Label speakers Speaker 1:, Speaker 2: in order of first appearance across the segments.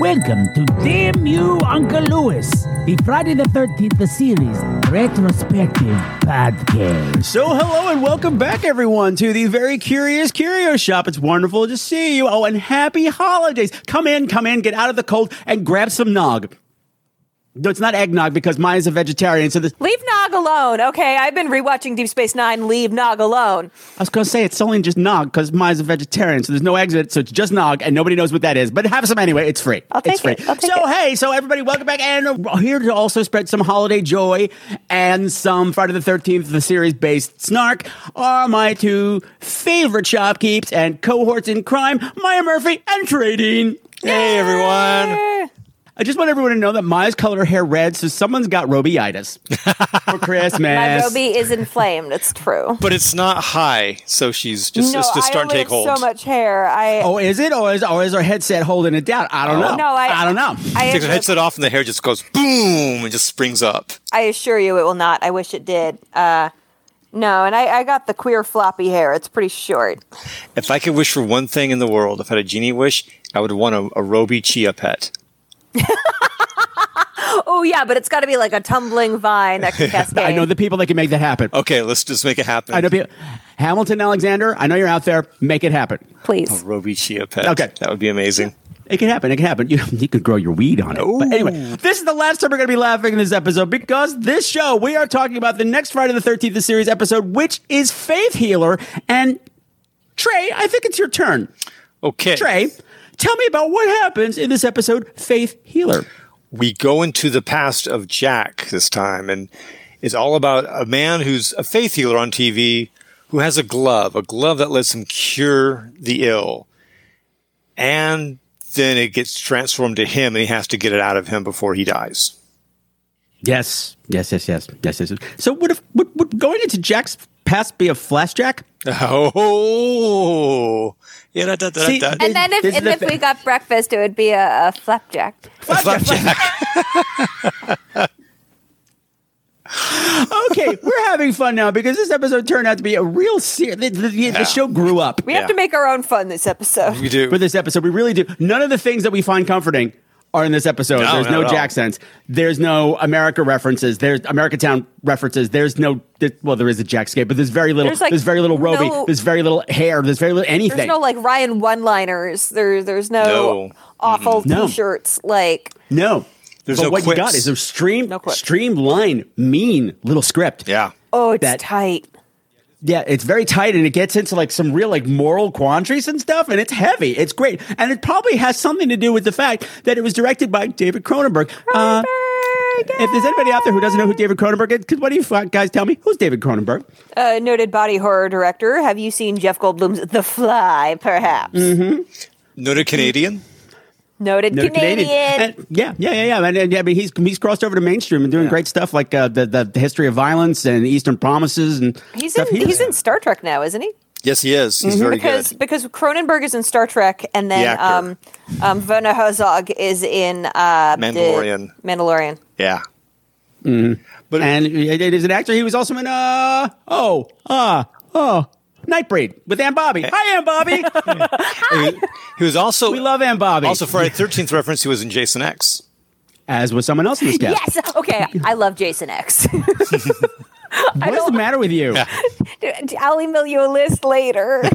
Speaker 1: Welcome to Damn You, Uncle Lewis, the Friday the 13th series retrospective podcast.
Speaker 2: So, hello and welcome back, everyone, to the Very Curious Curio Shop. It's wonderful to see you. Oh, and happy holidays. Come in, come in, get out of the cold, and grab some nog. No, it's not eggnog because mine is a vegetarian, so this.
Speaker 3: Leave Nog alone, okay? I've been rewatching Deep Space Nine. Leave Nog alone.
Speaker 2: I was gonna say it's only just nog because mine's a vegetarian, so there's no exit, so it's just nog, and nobody knows what that is. But have some anyway; it's free.
Speaker 3: I'll take
Speaker 2: it's free.
Speaker 3: it. I'll take
Speaker 2: so
Speaker 3: it.
Speaker 2: hey, so everybody, welcome back, and we're here to also spread some holiday joy and some Friday the Thirteenth, the series-based snark. Are my two favorite shopkeeps and cohorts in crime, Maya Murphy and Trading. Hey everyone!
Speaker 3: Eh,
Speaker 2: I just want everyone to know that Maya's colored her hair red, so someone's got robiitis for Christmas.
Speaker 3: My Roby is inflamed. It's true.
Speaker 4: but it's not high, so she's just
Speaker 3: no,
Speaker 4: it's just
Speaker 3: I
Speaker 4: starting
Speaker 3: only
Speaker 4: to take
Speaker 3: have
Speaker 4: hold.
Speaker 3: so much hair. I
Speaker 2: Oh, is it, or is, or is our headset holding it down? I don't know.
Speaker 3: no, I
Speaker 2: I don't know.
Speaker 3: I
Speaker 4: Takes her
Speaker 3: assure,
Speaker 4: headset off, and the hair just goes boom and just springs up.
Speaker 3: I assure you, it will not. I wish it did. Uh, no, and I, I got the queer floppy hair. It's pretty short.
Speaker 4: If I could wish for one thing in the world, if I had a genie wish, I would want a, a Roby Chia pet.
Speaker 3: Oh yeah, but it's got to be like a tumbling vine that can cascade.
Speaker 2: I know the people that can make that happen.
Speaker 4: Okay, let's just make it happen.
Speaker 2: I know people. Hamilton Alexander, I know you're out there. Make it happen.
Speaker 3: Please,
Speaker 4: Roby Chia pet.
Speaker 2: Okay.
Speaker 4: that would be amazing.
Speaker 2: It can happen. It can happen. You, you could grow your weed on it. But anyway, this is the last time we're going to be laughing in this episode because this show, we are talking about the next Friday the 13th the series episode, which is Faith Healer. And Trey, I think it's your turn.
Speaker 4: Okay,
Speaker 2: Trey, tell me about what happens in this episode, Faith Healer.
Speaker 4: we go into the past of Jack this time, and it's all about a man who's a faith healer on TV who has a glove, a glove that lets him cure the ill. And then it gets transformed to him, and he has to get it out of him before he dies.
Speaker 2: Yes. Yes, yes, yes. Yes, yes. yes. So would, if, would, would going into Jack's past be a flashjack?
Speaker 4: Oh, yeah, da, da, da,
Speaker 2: See,
Speaker 4: da.
Speaker 3: and then if,
Speaker 2: This is
Speaker 3: and
Speaker 2: the
Speaker 3: if
Speaker 2: thing.
Speaker 3: we got breakfast, it would be a, a flapjack.
Speaker 2: Flapjack. okay, we're having fun now because this episode turned out to be a real serious. The, the- the- the show grew up.
Speaker 3: We have to make our own fun this episode.
Speaker 4: We do.
Speaker 2: for this episode. We really do. None of the things that we find comforting are in this episode.
Speaker 4: No,
Speaker 2: There's
Speaker 4: not
Speaker 2: no
Speaker 4: at all.
Speaker 2: Jack sense. There's no America references. There's America Town references. There's no there- well, there is a Jack skate, but there's very little. There's,
Speaker 3: There's, like,
Speaker 2: very little Roby.
Speaker 3: no-
Speaker 2: there's very little hair. There's very little anything.
Speaker 3: There's no like Ryan one-liners. There, there's no,
Speaker 4: No.
Speaker 3: awful
Speaker 2: No.
Speaker 3: t-shirts. Like
Speaker 2: No.
Speaker 4: There's
Speaker 2: but
Speaker 4: no
Speaker 2: what
Speaker 4: quips.
Speaker 2: you got is a stream,
Speaker 3: No quips.
Speaker 2: streamline, mean little script.
Speaker 4: yeah.
Speaker 3: oh, it's
Speaker 2: That-
Speaker 3: tight.
Speaker 2: Yeah, it's very tight and it gets into like some real like moral quandaries and stuff and it's heavy. It's great. And it probably has something to do with the fact that it was directed by David Cronenberg. Uh, if there's anybody out there who doesn't know who David Cronenberg is, could one of you fuck guys tell me who's David Cronenberg?
Speaker 3: Uh, noted body horror director. Have you seen Jeff Goldblum's The Fly? Perhaps.
Speaker 2: Mm-hmm.
Speaker 4: Noted Canadian.
Speaker 3: Noted,
Speaker 2: Another
Speaker 3: Canadian.
Speaker 2: And- yeah, yeah, yeah, yeah. And, and, yeah, I mean, he's he's crossed over to mainstream and doing great stuff like uh, the, the the history of violence and Eastern Promises and
Speaker 3: He's in,
Speaker 2: stuff. He
Speaker 3: he's
Speaker 2: was-
Speaker 3: in Star Trek now, isn't he?
Speaker 4: Yes, he is.
Speaker 2: Mm-hmm.
Speaker 4: He's very
Speaker 3: because
Speaker 4: good.
Speaker 3: because Cronenberg is in Star Trek, and
Speaker 4: The
Speaker 3: then
Speaker 4: actor.
Speaker 3: um, um, Werner Herzog is in uh, the-
Speaker 4: Mandalorian.
Speaker 3: Mandalorian.
Speaker 4: Yeah. But
Speaker 2: and it it is an actor. He was also in uh oh ah oh Nightbreed with Ann Bobby. Hi, Ann Bobby.
Speaker 4: he, he was also
Speaker 2: we love Ann Bobby.
Speaker 4: also Friday Thirteenth reference. He was in Jason X.
Speaker 2: as was someone else in this cast.
Speaker 3: Yes. Okay. I love Jason X.
Speaker 2: What is the matter with you?
Speaker 3: I'll email you a list later.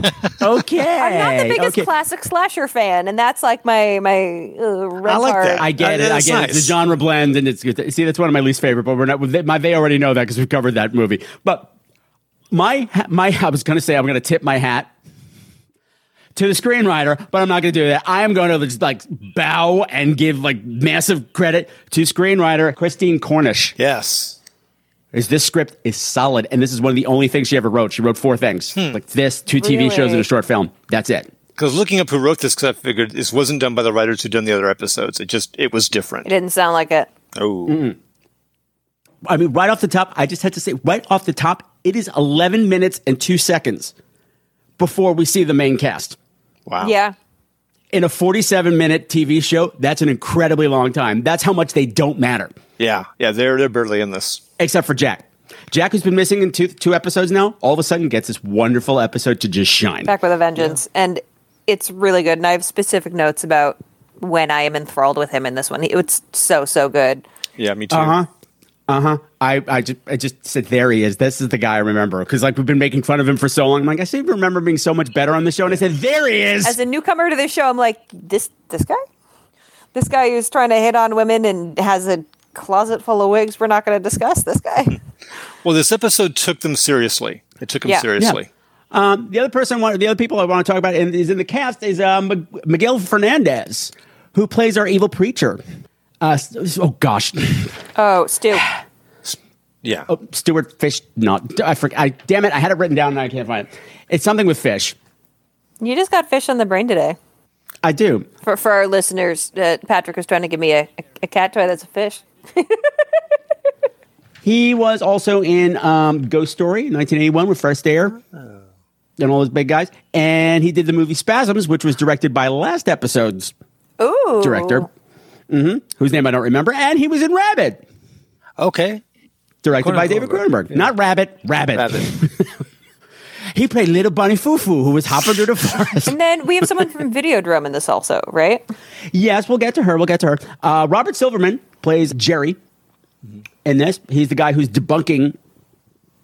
Speaker 2: Okay,
Speaker 3: I'm not the biggest
Speaker 2: okay.
Speaker 3: classic slasher fan, and that's like my my. Uh, red
Speaker 4: I like
Speaker 3: heart.
Speaker 4: that.
Speaker 2: I get
Speaker 4: Uh,
Speaker 2: it. I
Speaker 4: that's
Speaker 2: get it. It's
Speaker 4: nice.
Speaker 2: a genre blend, and it's good. See, that's one of my least favorite. But we're not. They, my, they already know that because we've covered that movie. But my ha- my, I was going to say I'm going to tip my hat to the screenwriter, but I'm not going to do that. I am going to just like bow and give like massive credit to screenwriter Christine Cornish.
Speaker 4: Yes.
Speaker 2: Is this script is solid, and this is one of the only things she ever wrote. She wrote four things,
Speaker 4: Hmm.
Speaker 2: like this, two TV shows, and a
Speaker 3: Really?
Speaker 2: short film. That's it.
Speaker 4: Because looking up who wrote this, because I figured this wasn't done by the writers who done the other episodes. It just it was different.
Speaker 3: It didn't sound like it.
Speaker 4: oh,
Speaker 2: I mean, right off the top, I just had to say, right off the top, it is 11 minutes and two seconds before we see the main cast.
Speaker 4: wow.
Speaker 3: Yeah.
Speaker 2: In a 47 minute TV show, that's an incredibly long time. That's how much they don't matter,
Speaker 4: yeah, yeah. They're they're barely in this.
Speaker 2: except for Jack. Jack, who's been missing in two, two episodes now, all of a sudden gets this wonderful episode to just shine.
Speaker 3: Back with a Vengeance, and it's really good. And I have specific notes about when I am enthralled with him in this one. It's so so good.
Speaker 4: Yeah, me too.
Speaker 2: Uh huh. Uh huh. I, I just I just said there he is. This is the guy I remember because like we've been making fun of him for so long. I'm like I seem to remember being so much better on the show, and I said there he is.
Speaker 3: As a newcomer to the show, I'm like this this guy, this guy who's trying to hit on women and has a closet full of wigs. We're not going to discuss this
Speaker 4: Hmm.
Speaker 3: guy.
Speaker 4: Well, this episode took them seriously. It took them
Speaker 3: Yeah.
Speaker 4: seriously.
Speaker 2: Um, the other person, I want, the other people I want to talk about in, is in the cast is uh, M- Miguel Fernandez, who plays our evil preacher. Uh, s- s- oh gosh,
Speaker 3: Oh, Stu.
Speaker 4: Yeah. Oh.
Speaker 2: Stuart Fish. Not I, forg I damn it, I had it written down and I can't find it. It's something with fish.
Speaker 3: You just got fish on the brain today.
Speaker 2: I do.
Speaker 3: For, for our listeners, uh, Patrick was trying to give me a, a, a cat toy that's a fish.
Speaker 2: He was also in um, Ghost Story in 1981 with First Air and all those big guys, and he did the movie Spasms, which was directed by last episode's
Speaker 3: Ooh.
Speaker 2: director, hmm whose name I don't remember, and he was in Rabbit.
Speaker 4: Okay.
Speaker 2: Directed by David
Speaker 4: Cronenberg.
Speaker 2: Cronenberg, not Rabbit, Rabbit.
Speaker 4: Rabbit.
Speaker 2: He played little bunny Fufu, who was hopping through the forest.
Speaker 3: And then we have someone from Videodrome in this also, right?
Speaker 2: yes, we'll get to her. We'll get to her. Uh, Robert Silverman plays Jerry in this. He's the guy who's debunking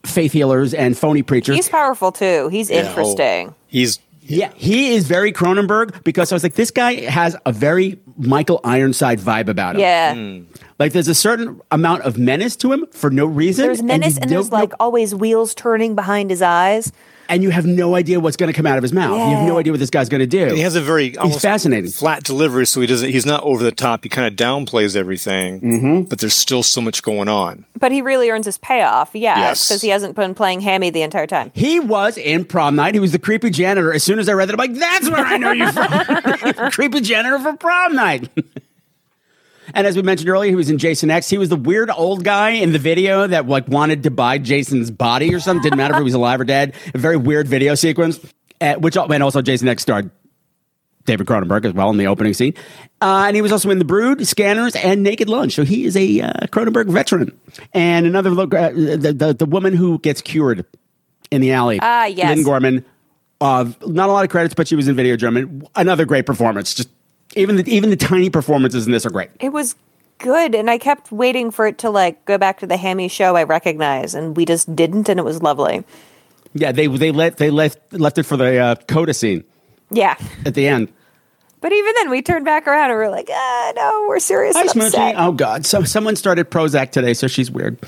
Speaker 2: faith healers and phony preachers.
Speaker 3: He's powerful too. He's
Speaker 4: Yeah.
Speaker 3: interesting.
Speaker 4: He's
Speaker 2: yeah, he is very Cronenberg because I was like, this guy has a very Michael Ironside vibe about him.
Speaker 3: Yeah.
Speaker 2: Like, there's a certain amount of menace to him for no reason.
Speaker 3: There's menace
Speaker 2: you
Speaker 3: and there's
Speaker 2: don't know-
Speaker 3: like always wheels turning behind his eyes.
Speaker 2: and you have no idea what's going to come out of his mouth. You have no
Speaker 3: Yeah.
Speaker 2: idea what this guy's going to do.
Speaker 4: he has a very almost
Speaker 2: fascinating.
Speaker 4: flat delivery, so he doesn't. He's not over the top. He kind of downplays everything, but there's still so much going on.
Speaker 3: But he really earns his payoff, yeah,
Speaker 4: Yes.
Speaker 3: because he hasn't been playing hammy the entire time.
Speaker 2: He was in prom night. He was the creepy janitor. As soon as I read that, I'm like, that's where I know you from. creepy janitor for prom night. and as we mentioned earlier, he was in Jason X. He was the weird old guy in the video that like wanted to buy Jason's body or something. Didn't eh, matter if he was alive or dead. A very weird video sequence. Uh, which and also Jason X starred David Cronenberg as well in the opening scene. Uh, and he was also in The Brood, Scanners, and Naked Lunch. So he is a uh, Cronenberg veteran. And another look, uh, the, the, the woman who gets cured in the alley.
Speaker 3: Ah, yes.
Speaker 2: Lynn Gorman. Of not a lot of credits, but she was in Video German. Another great performance. Just even the, even the tiny performances in this are great.
Speaker 3: It was good, and I kept waiting for it to like go back to the hammy show I recognize, and we just didn't, and it was lovely.
Speaker 2: Yeah, they they let they left left it for the uh, coda scene
Speaker 3: Yeah,
Speaker 2: at the end.
Speaker 3: but even then, we turned back around and we are like, ah, no, we're serious.
Speaker 2: Hi,
Speaker 3: and
Speaker 2: Smoochie.
Speaker 3: upset.
Speaker 2: Oh God, so someone started Prozac today, so she's weird.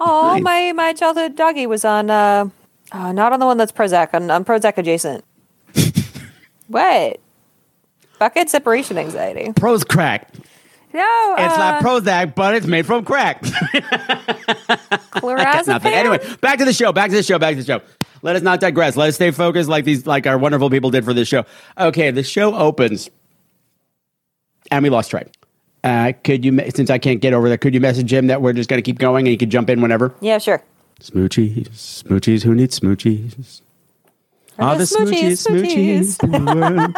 Speaker 3: Oh, my my childhood doggy was on uh, uh not on the one that's Prozac, on, on Prozac adjacent. what? Bucket separation anxiety.
Speaker 2: Pro's crack. It's
Speaker 3: No, uh,
Speaker 2: not Prozac, but it's made from crack.
Speaker 3: clorazepam.
Speaker 2: Nothing. Anyway, back to the show. Back to the show. Back to the show. Let us not digress. Let us stay focused, like these, like our wonderful people did for this show. Okay, the show opens, and we lost track. Uh, could you, me- since I can't get over there, could you message him that we're just going to keep going and he could jump in whenever?
Speaker 3: Yeah, sure.
Speaker 2: Smoochies, smoochies, who needs smoochies? All the
Speaker 3: the
Speaker 2: smoochies,
Speaker 3: smoochies,
Speaker 2: smoochies. in the world.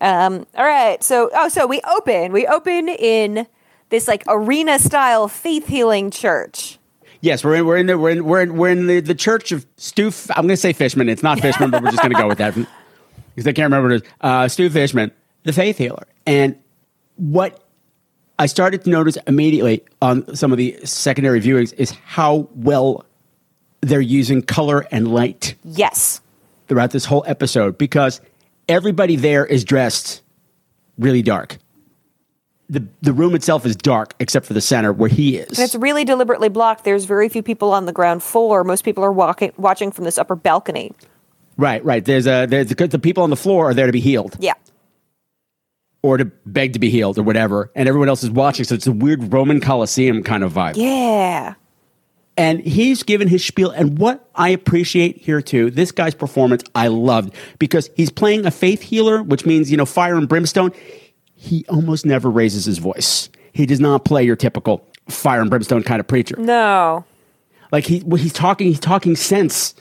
Speaker 3: All right. So, oh, so we open. We open in this like arena style faith healing church.
Speaker 2: yes, we're in, we're in, the, we're in, we're in, we're in the, the church of Stu. F- I'm going to say Fishman. It's not Fishman, but we're just going to go with that because I can't remember what it is. Uh, Stu Fishman, the faith healer, and what I started to notice immediately on some of the secondary viewings is how well they're using color and light.
Speaker 3: Yes.
Speaker 2: throughout this whole episode because everybody there is dressed really dark. The, the room itself is dark except for the center where he is.
Speaker 3: And it's really deliberately blocked. There's very few people on the ground floor. Most people are walking, watching from this upper balcony.
Speaker 2: right, right. There's a there's because the people on the floor are there to be healed
Speaker 3: Yeah.
Speaker 2: or to beg to be healed or whatever, and everyone else is watching. So it's a weird Roman Colosseum kind of vibe.
Speaker 3: Yeah.
Speaker 2: And he's given his spiel. And what I appreciate here too, this guy's performance I loved because he's playing a faith healer, which means, you know, fire and brimstone. He almost never raises his voice. He does not play your typical fire and brimstone kind of preacher.
Speaker 3: No.
Speaker 2: Like he when he's talking, he's talking sense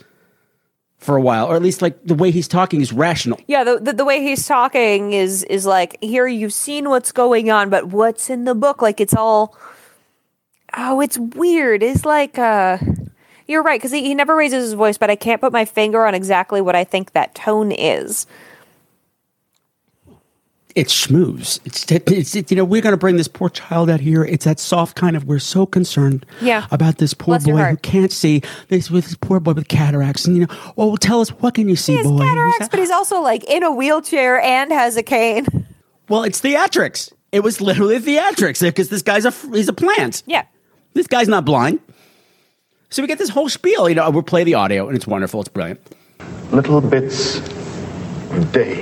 Speaker 2: for a while, or at least like the way he's talking is rational.
Speaker 3: Yeah, the, the the way he's talking is is like here you've seen what's going on, but what's in the book? Like it's all oh, it's weird. It's like uh, you're right because he, he never raises his voice, but I can't put my finger on exactly what I think that tone is.
Speaker 2: it's schmooze. It's, it's, it's you know we're going to bring this poor child out here. It's that soft kind of we're so concerned
Speaker 3: Yeah.
Speaker 2: about this poor
Speaker 3: Bless your
Speaker 2: boy who
Speaker 3: heart.
Speaker 2: can't see. This with this poor boy with cataracts, and you know, oh, well, tell us what can you see,
Speaker 3: He has
Speaker 2: boy? Who's
Speaker 3: cataracts,
Speaker 2: that?
Speaker 3: but he's also like in a wheelchair and has a cane.
Speaker 2: well, it's theatrics. It was literally theatrics because this guy's a f- he's a plant.
Speaker 3: Yeah,
Speaker 2: This guy's not blind. So we get this whole spiel. You know, we'll play the audio, and it's wonderful. It's brilliant.
Speaker 5: little bits of day,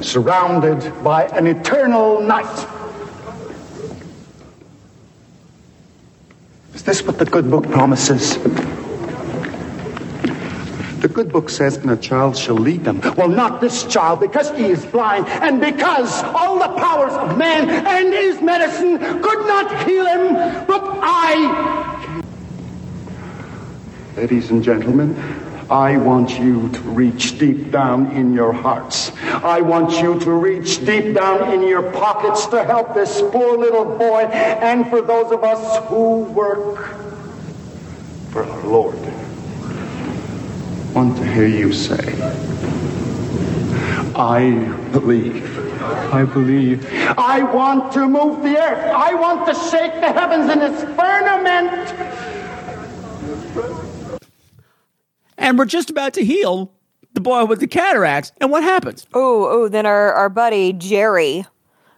Speaker 5: surrounded by an eternal night. Is this what the good book promises? The good book says, and a child shall lead them. Well, not this child, because he is blind, and because all the powers of man and his medicine could not heal him, but I Ladies and gentlemen, I want you to reach deep down in your hearts. I want you to reach deep down in your pockets to help this poor little boy and for those of us who work for our Lord. Want to hear you say, I believe. I believe. I want to move the earth. I want to shake the heavens in its firmament.
Speaker 2: And we're just about to heal the boy with the cataracts, and what happens?
Speaker 3: Oh, oh, then our, our buddy Jerry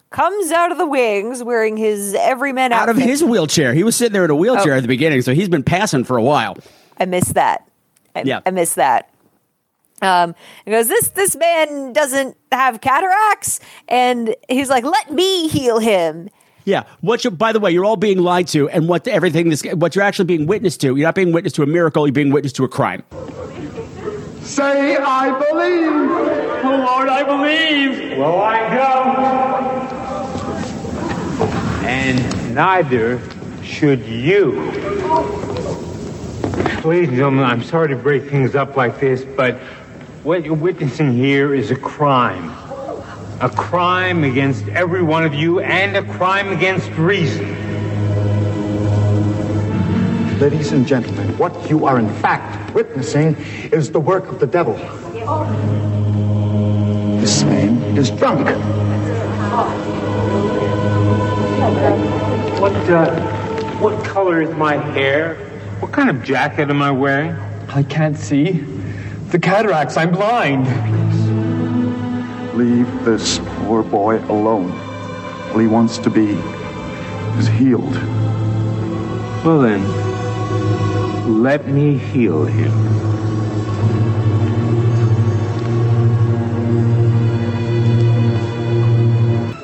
Speaker 3: comes out of the wings wearing his everyman
Speaker 2: out of
Speaker 3: outfit.
Speaker 2: his wheelchair. He was sitting there in a wheelchair
Speaker 3: Oh.
Speaker 2: at the beginning, so he's been passing for a while.
Speaker 3: I miss that. I,
Speaker 2: Yeah.
Speaker 3: I miss that. Um, he goes, this this man doesn't have cataracts, and he's like, let me heal him.
Speaker 2: Yeah. What you by the way, you're all being lied to, and what everything this what you're actually being witness to. You're not being witness to a miracle. You're being witness to a crime.
Speaker 5: Say, I believe. Oh, Lord, I believe. Well, I go.
Speaker 6: and neither should you. Ladies and gentlemen, I'm sorry to break things up like this, but What you're witnessing here is a crime. A crime against every one of you and a crime against reason.
Speaker 5: Ladies and gentlemen, what you are in fact witnessing is the work of the devil. This man is drunk.
Speaker 6: What, uh, what color is my hair? What kind of jacket am I wearing?
Speaker 7: I can't see. The cataracts, I'm blind.
Speaker 5: Leave this poor boy alone. All he wants to be is healed.
Speaker 6: Well then, let me heal him.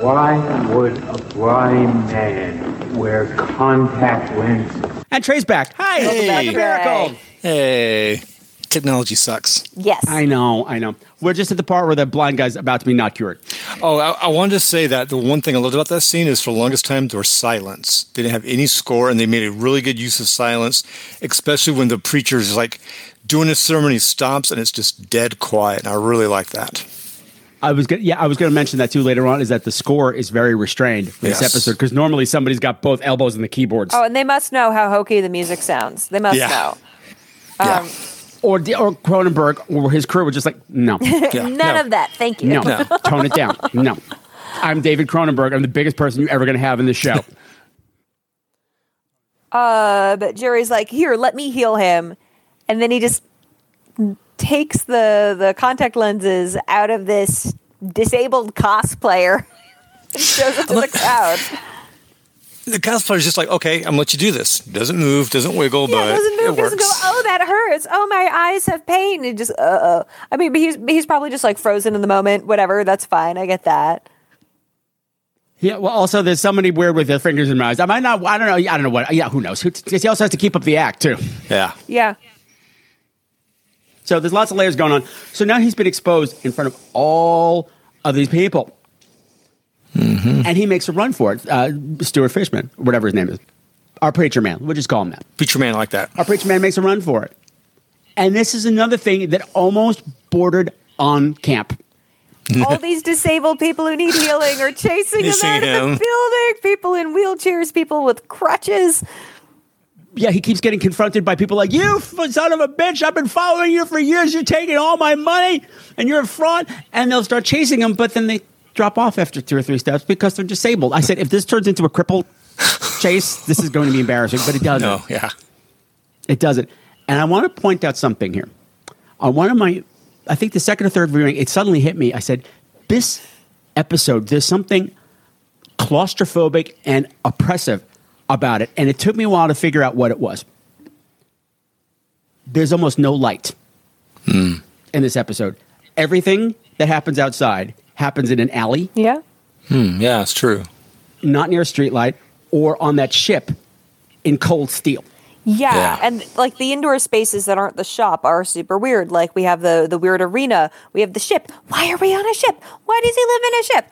Speaker 6: Why would a blind man wear contact lenses?
Speaker 2: And Trey's back. Hi.
Speaker 4: Hey.
Speaker 2: Miracle.
Speaker 4: Hey, technology sucks.
Speaker 3: Yes.
Speaker 2: I know, I know. We're just at the part where the blind guy's about to be not cured.
Speaker 4: Oh, I, I wanted to say that the one thing I loved about that scene is for the longest time there was silence. They didn't have any score, and they made a really good use of silence, especially when the preacher's like doing his sermon, he stops, and it's just dead quiet. And I really like that.
Speaker 2: I was gonna, yeah, I was going to mention that too later on. Is that the score is very restrained this
Speaker 4: Yes.
Speaker 2: episode because normally somebody's got both elbows in the keyboards,
Speaker 3: Oh, and they must know how hokey the music sounds. They must
Speaker 4: Yeah.
Speaker 3: know.
Speaker 4: Yeah.
Speaker 2: or the- or Cronenberg or his crew were just like, no,
Speaker 4: Yeah.
Speaker 3: None
Speaker 4: No.
Speaker 3: of that. Thank you.
Speaker 2: no, tone it down, no. I'm David Cronenberg. I'm the biggest person you're ever going to have in this show.
Speaker 3: Uh, but Jerry's like, here, let me heal him, and then he just takes the the contact lenses out of this disabled cosplayer and shows it to the crowd.
Speaker 4: The cosplayer's just like, okay, I'm gonna let you do this. Doesn't move, doesn't wiggle,
Speaker 3: Yeah,
Speaker 4: but
Speaker 3: doesn't
Speaker 4: it
Speaker 3: move,
Speaker 4: works.
Speaker 3: doesn't go. Oh, that hurts. Oh, my eyes have pain. And just, uh, uh. I mean, but he's he's probably just like frozen in the moment. Whatever, that's fine. I get that.
Speaker 2: yeah. Well, also there's somebody weird with their fingers in their eyes. I might not. I don't know. I don't know what. Yeah, who knows? Who- 'cause He also has to keep up the act too.
Speaker 4: Yeah.
Speaker 3: Yeah.
Speaker 2: So there's lots of layers going on. So now he's been exposed in front of all of these people. And he makes a run for it. Uh, Stuart Fishman, whatever his name is. Our preacher man. We'll just call him that.
Speaker 4: Preacher man like that.
Speaker 2: Our preacher man makes a run for it. And this is another thing that almost bordered on camp.
Speaker 3: All these disabled people who need healing are chasing him
Speaker 4: Missing
Speaker 3: out of
Speaker 4: him.
Speaker 3: the building. People in wheelchairs, people with crutches.
Speaker 2: Yeah, he keeps getting confronted by people like, You f- son of a bitch, I've been following you for years. You're taking all my money and you're a fraud. And they'll start chasing him, but then they drop off after two or three steps because they're disabled. I said, If this turns into a cripple chase, this is going to be embarrassing, but it doesn't.
Speaker 4: No, yeah.
Speaker 2: It doesn't. And I want to point out something here. On one of my, I think the second or third viewing, it suddenly hit me. I said, this episode, there's something claustrophobic and oppressive about it. And it took me a while to figure out what it was. There's almost no light in this episode. Everything that happens outside happens in an alley,
Speaker 3: Yeah.
Speaker 4: Yeah, it's true.
Speaker 2: not near a streetlight, or on that ship in cold steel.
Speaker 3: Yeah.
Speaker 4: Yeah.
Speaker 3: and like the indoor spaces that aren't the shop are super weird. Like we have the the weird arena, we have the ship. Why are we on a ship? Why does he live in a ship?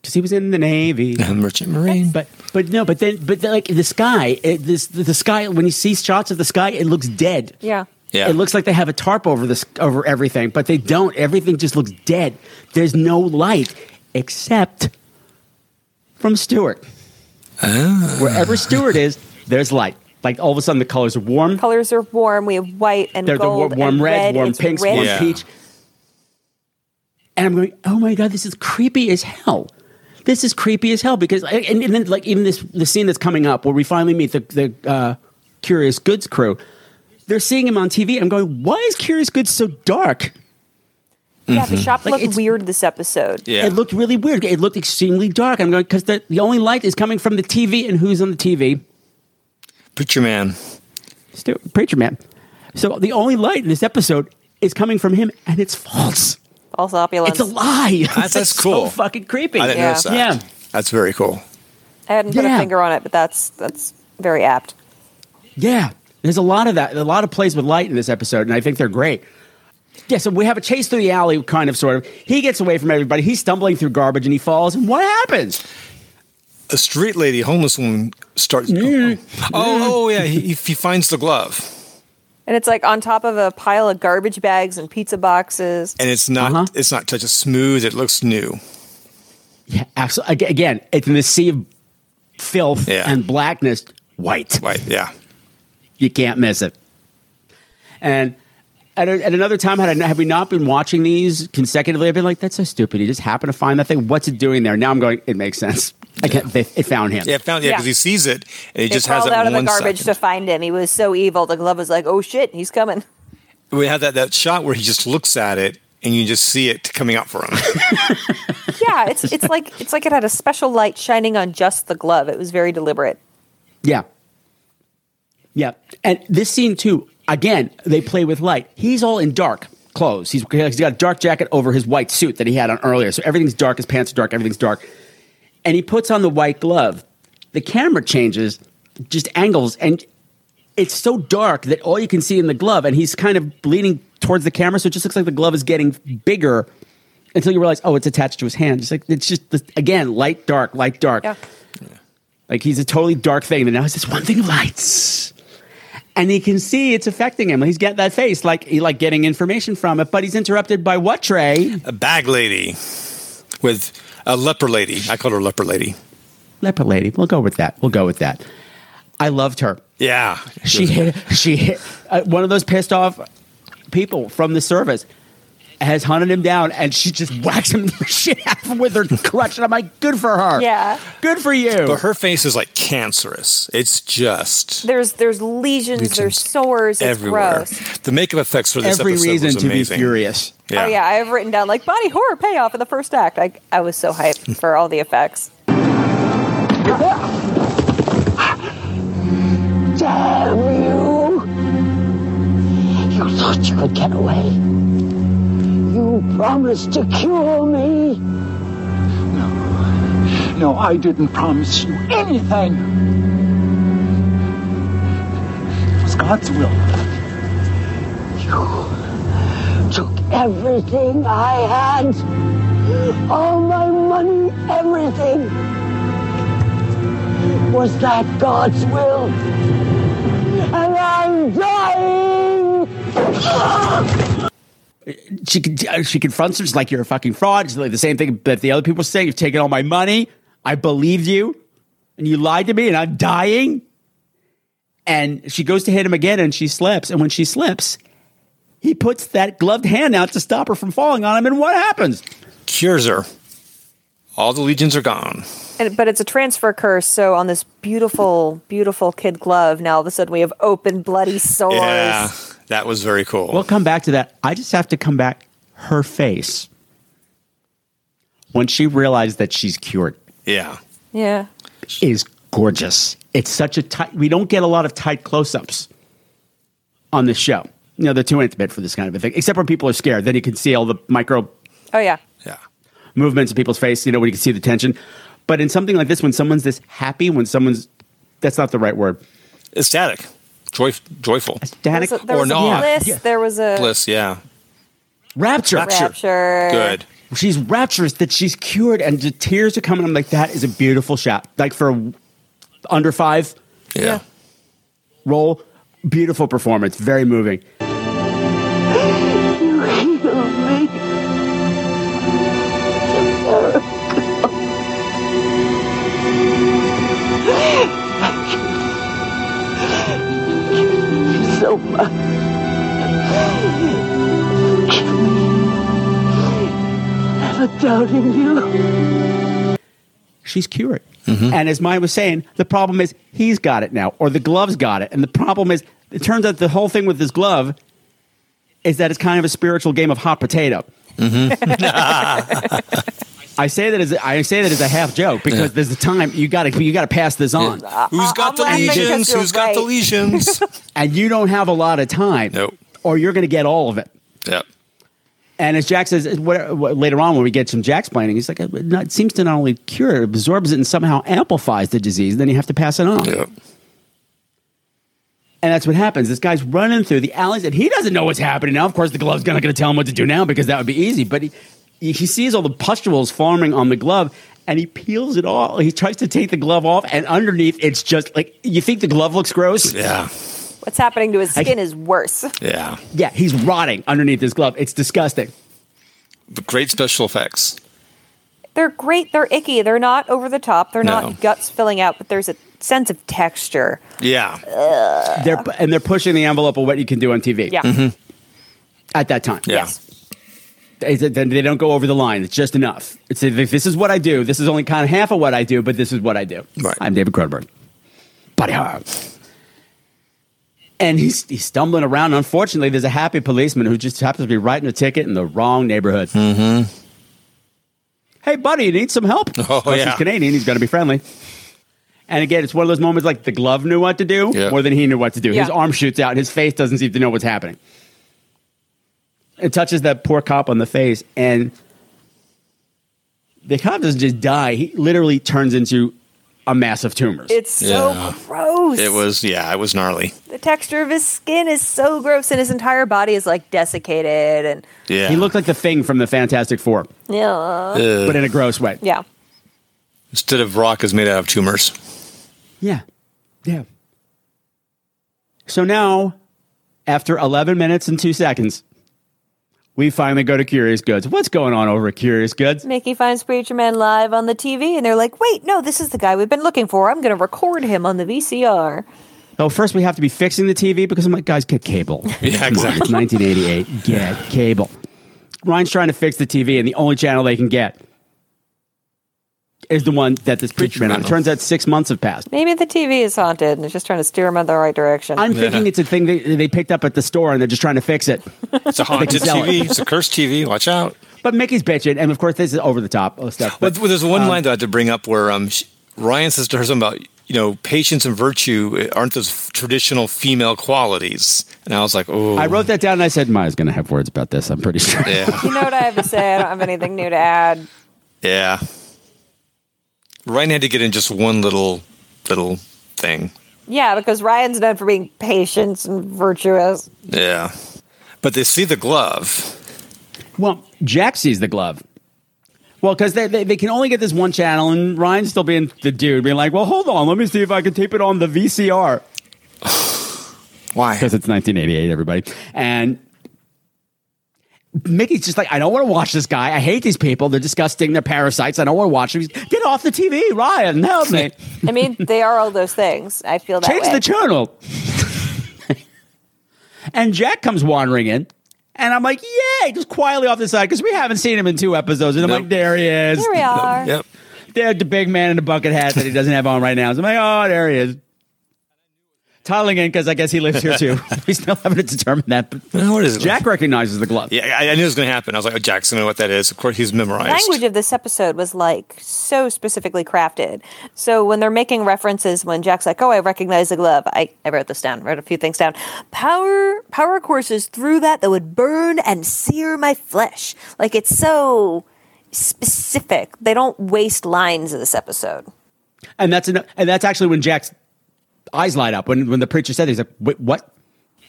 Speaker 2: Because he was in the Navy.
Speaker 4: Merchant Marine.
Speaker 2: But but no, but then but then, like the sky, it, this the, the sky when you see shots of the sky, it looks dead.
Speaker 3: Yeah.
Speaker 4: Yeah.
Speaker 2: It looks like they have a tarp over this over everything, but they don't. Everything just looks dead. There's no light except from Stewart. Wherever Stewart is, there's light. Like all of a sudden, the colors are warm.
Speaker 3: Colors are warm. We have white and
Speaker 2: There's the
Speaker 3: gold,
Speaker 2: warm, warm
Speaker 3: and
Speaker 2: red,
Speaker 3: red,
Speaker 2: warm
Speaker 3: It's
Speaker 2: pinks,
Speaker 3: red.
Speaker 2: warm
Speaker 4: Yeah.
Speaker 2: peach. And I'm going, oh my god, this is creepy as hell. This is creepy as hell because, and, and then like even this the scene that's coming up where we finally meet the the uh, Curious Goods crew. They're seeing him on TV. I'm going, why is Curious Goods so dark?
Speaker 3: Yeah, the shop
Speaker 2: Like,
Speaker 3: looked
Speaker 2: it's-
Speaker 3: weird this episode.
Speaker 4: Mm-hmm. yeah.
Speaker 2: It looked really weird. It looked extremely dark. I'm going because the, the only light is coming from the TV, and who's on the TV?
Speaker 4: Preacher man.
Speaker 2: Stu- Preacher man. So the only light in this episode is coming from him, and it's false.
Speaker 3: False
Speaker 2: It's
Speaker 3: opulence.
Speaker 2: a lie.
Speaker 4: That's- that's
Speaker 2: so
Speaker 4: cool.
Speaker 2: fucking creepy.
Speaker 4: I didn't
Speaker 3: Yeah.
Speaker 4: notice that.
Speaker 2: Yeah.
Speaker 4: That's very cool.
Speaker 3: I hadn't put
Speaker 2: Yeah.
Speaker 3: a finger on it, but that's that's very apt.
Speaker 2: Yeah. There's a lot of that. A lot of plays with light in this episode, and I think they're great. Yeah, so we have a chase through the alley, kind of, sort of. He gets away from everybody. He's stumbling through garbage, and he falls. And what happens?
Speaker 4: A street oh, lady, homeless woman, starts. Oh, oh, yeah. He, he finds the glove.
Speaker 3: and it's like on top of a pile of garbage bags and pizza boxes.
Speaker 4: and it's not
Speaker 2: Uh-huh.
Speaker 4: it's not just smooth. It looks new.
Speaker 2: Yeah, absolutely. Again, it's in the sea of filth
Speaker 4: Yeah.
Speaker 2: and blackness. White.
Speaker 4: White. Yeah.
Speaker 2: You can't miss it. And at, a, at another time, had I, had we not been watching these consecutively, I'd been like, "That's so stupid." He just happened to find that thing. What's it doing there? Now I'm going. It makes sense. I can't, they, it found him.
Speaker 4: Yeah, I found yeah
Speaker 3: Yeah.
Speaker 4: because he sees it and he
Speaker 3: They
Speaker 4: just has
Speaker 3: crawled
Speaker 4: that
Speaker 3: out of the
Speaker 4: one
Speaker 3: garbage
Speaker 4: second.
Speaker 3: to find him. He was so evil. The glove was like, "Oh shit, he's coming."
Speaker 4: We had that that shot where he just looks at it and you just see it coming up for him.
Speaker 3: Yeah, it's it's like it's like it had a special light shining on just the glove. It was very deliberate.
Speaker 2: Yeah. Yeah. And this scene, too, again, they play with light. He's all in dark clothes. He's, he's got a dark jacket over his white suit that he had on earlier. So everything's dark. His pants are dark. Everything's dark. And he puts on the white glove. The camera changes, just angles. And it's so dark that all you can see in the glove, and he's kind of leaning towards the camera. So it just looks like the glove is getting bigger until you realize, oh, it's attached to his hand. It's like, it's just, this, again, light, dark, light, dark.
Speaker 3: Yeah.
Speaker 2: Like he's a totally dark thing, but now it's this one thing of lights. And he can see it's affecting him. He's got that face, like he like getting information from it, but he's interrupted by what Trey?
Speaker 4: a bag lady with a leper lady. I called her leper lady.
Speaker 2: Leper lady. We'll go with that. We'll go with that. I loved her.
Speaker 4: Yeah,
Speaker 2: She hit. She hit. Uh, one of those pissed off people from the service has hunted him down, and she just whacks him the shit out of him with her crutch. And I'm like, good for her.
Speaker 3: Yeah.
Speaker 2: Good for you.
Speaker 4: But her face is like cancerous. It's just
Speaker 3: There's there's lesions, there's sores. It's
Speaker 4: everywhere.
Speaker 3: gross.
Speaker 4: The makeup effects for this
Speaker 2: Every
Speaker 4: episode
Speaker 2: reason
Speaker 4: was
Speaker 2: to be
Speaker 4: amazing.
Speaker 2: furious.
Speaker 3: Oh yeah, I have written down like body horror payoff in the first act. I I was so hyped for all the effects.
Speaker 8: Damn you! You thought you could get away. You promised to cure me.
Speaker 7: No, I didn't promise you anything. It was God's will.
Speaker 8: Took everything I had. All my money, everything. Was that God's will? And I'm dying!
Speaker 2: she con- uh, she confronts him. She's like, "You're a fucking fraud." She's like the same thing that the other people say. You've taken all my money. I believed you, and you lied to me, and I'm dying. And she goes to hit him again, and she slips. And when she slips, he puts that gloved hand out to stop her from falling on him. And what happens?
Speaker 4: Cures her. All the legions are gone.
Speaker 3: And but it's a transfer curse. So on this beautiful beautiful kid glove, now all of a sudden we have open bloody sores.
Speaker 4: Yeah, that was very cool.
Speaker 2: We'll come back to that. I just have to come back. Her face when she realized that she's cured.
Speaker 4: yeah,
Speaker 3: Yeah.
Speaker 2: is gorgeous. It's such a tight. We don't get a lot of tight close-ups on this show. You know, they're too intimate for this kind of a thing. Except when people are scared, then you can see all the micro
Speaker 3: Oh yeah.
Speaker 4: yeah.
Speaker 2: movements of people's face. You know, when you can see the tension. But in something like this, when someone's this happy, when someone's that's not the right word.
Speaker 4: Ecstatic, joy, joyful,
Speaker 3: There
Speaker 2: Static
Speaker 3: was a, there
Speaker 4: or
Speaker 3: was a
Speaker 4: not.
Speaker 3: bliss. There was a
Speaker 4: bliss. Yeah,
Speaker 2: rapture.
Speaker 3: rapture.
Speaker 4: good.
Speaker 2: She's rapturous that she's cured, and the tears are coming. I'm like, that is a beautiful shot. Like for under five
Speaker 4: Yeah.
Speaker 2: role, beautiful performance, very moving.
Speaker 8: You healed me. So much. Forgive me. Never doubting you.
Speaker 2: she's cured. Mm-hmm. And as Maya was saying, the problem is he's got it now, or the glove's got it. And the problem is, it turns out the whole thing with this glove is that it's kind of a spiritual game of hot potato. I say that as I say that as a half joke because there's a time you got to you got to pass this on,
Speaker 4: Who's got
Speaker 3: I'm
Speaker 4: the
Speaker 3: laughing 'cause
Speaker 4: legions?
Speaker 3: you're
Speaker 4: Who's got the
Speaker 3: right.
Speaker 4: legions?
Speaker 2: and you don't have a lot of time,
Speaker 4: Nope.
Speaker 2: or you're going to get all of it.
Speaker 4: yep.
Speaker 2: And as Jack says, it's what, what, later on when we get some Jack's planning, he's like, it, not- it seems to not only cure it, absorbs it and somehow amplifies the disease. Then you have to pass it on.
Speaker 4: Yep.
Speaker 2: And that's what happens. This guy's running through the alleys, and he doesn't know what's happening now. Of course, the glove's not going to tell him what to do now because that would be easy. But he, he sees all the pustules forming on the glove, and he peels it all. He tries to take the glove off, and underneath, it's just like you think the glove looks gross.
Speaker 4: Yeah.
Speaker 3: What's happening to his
Speaker 2: I-
Speaker 3: skin is worse.
Speaker 4: Yeah.
Speaker 2: Yeah, he's rotting underneath his glove. It's disgusting.
Speaker 4: But great special effects.
Speaker 3: They're great. They're icky. They're not over the top. They're
Speaker 4: No.
Speaker 3: not guts filling out, but there's a sense of texture.
Speaker 4: Yeah.
Speaker 3: Uh, Ugh.
Speaker 2: They're and they're pushing the envelope of what you can do on TV.
Speaker 3: Yeah. Mhm.
Speaker 4: Mm-hmm.
Speaker 2: At that time.
Speaker 4: Yeah.
Speaker 2: They, they- they don't go over the line. It's just enough. It's if this is what I do. This is only kind of half of what I do, but this is what I do. Right. I'm David Cronenberg. Buddy Hart. And he's, he's stumbling around. Unfortunately, there's a happy policeman who just happens to be writing a ticket in the wrong neighborhood. Mm-hmm. Hey, buddy, you need some help? Oh,
Speaker 4: yeah.
Speaker 2: He's Canadian. He's going to be friendly. And again, it's one of those moments like the glove knew what to do more than he knew what to do. His
Speaker 4: Yeah.
Speaker 2: arm shoots out. His face doesn't seem to know what's happening. It touches that poor cop on the face, and the cop doesn't just die. He literally turns into a mass of tumors.
Speaker 3: It's so gross.
Speaker 4: It was, yeah, it was gnarly.
Speaker 3: the texture of his skin is so gross, and his entire body is like desiccated and
Speaker 4: Yeah.
Speaker 2: He looked like the thing from the Fantastic Four,
Speaker 3: yeah,
Speaker 2: but in a gross way.
Speaker 3: yeah.
Speaker 4: Instead of rock is made out of tumors.
Speaker 2: Yeah. Yeah. So now, after 11 minutes and two seconds, we finally go to Curious Goods. What's going on over at Curious Goods?
Speaker 3: Mickey finds Preacher Man live on the TV, and they're like, "Wait, no, this is the guy we've been looking for. I'm going to record him on the VCR."
Speaker 2: Oh, first we have to be fixing the TV because I'm like, guys, get cable.
Speaker 4: Yeah, exactly.
Speaker 2: It's 1988. Get cable. Ryan's trying to fix the TV, and the only channel they can get is the one that this preacher man on. It turns out six months have passed.
Speaker 3: Maybe the TV is haunted, and they're just trying to steer him in the right direction.
Speaker 2: I'm thinking it's a thing they, they picked up at the store, and they're just trying to fix it.
Speaker 4: It's a haunted TV. It's a cursed TV. Watch out.
Speaker 2: But Mickey's bitching, and of course, this is over the top stuff.
Speaker 4: But, there's one
Speaker 2: um,
Speaker 4: line that I had to bring up where um, sh Ryan says to her something about, you know, patience and virtue aren't those f- traditional female qualities. And I was like, oh.
Speaker 2: I wrote that down, and I said, Maya's going to have words about this. I'm pretty sure.
Speaker 4: Yeah.
Speaker 3: you know what I have to say? I don't have anything new to add.
Speaker 4: yeah. Ryan had to get in just one little, little thing.
Speaker 3: Yeah, because Ryan's known for being patient and virtuous.
Speaker 4: Yeah. But they see the glove.
Speaker 2: Well, Jack sees the glove. Well, because they, they, they can only get this one channel, and Ryan's still being the dude, being like, well, hold on, let me see if I can tape it on the VCR.
Speaker 4: Why?
Speaker 2: Because it's 1988, everybody. And Mickey's just like, I don't want to watch this guy. I hate these people. They're disgusting. They're parasites. I don't want to watch them. He's, get off the TV, Ryan. Help me.
Speaker 3: I mean, they are all those things. I feel that
Speaker 2: Change
Speaker 3: way.
Speaker 2: the channel. and Jack comes wandering in. And I'm like, yay, just quietly off the side because we haven't seen him in two episodes. And I'm like, there he is.
Speaker 3: There we are. Yep.
Speaker 2: There's the big man in the bucket hat that he doesn't have on right now. So I'm like, oh, there he is. Toddling in because I guess he lives here too. we still haven't determined that. But
Speaker 4: what is it?
Speaker 2: Jack recognizes the glove.
Speaker 4: Yeah, I, I knew it was going to happen. I was like, oh, Jackson, I know what that is. Of course, he's memorized.
Speaker 3: language of this episode was like so specifically crafted. So when they're making references, when Jack's like, "Oh, I recognize the glove," I, I wrote this down, wrote a few things down. Power power courses through that that would burn and sear my flesh. Like it's so specific. They don't waste lines in this episode.
Speaker 2: And that's an, and that's actually when Jack's eyes light up when when the preacher said it, he's like, Wait, what?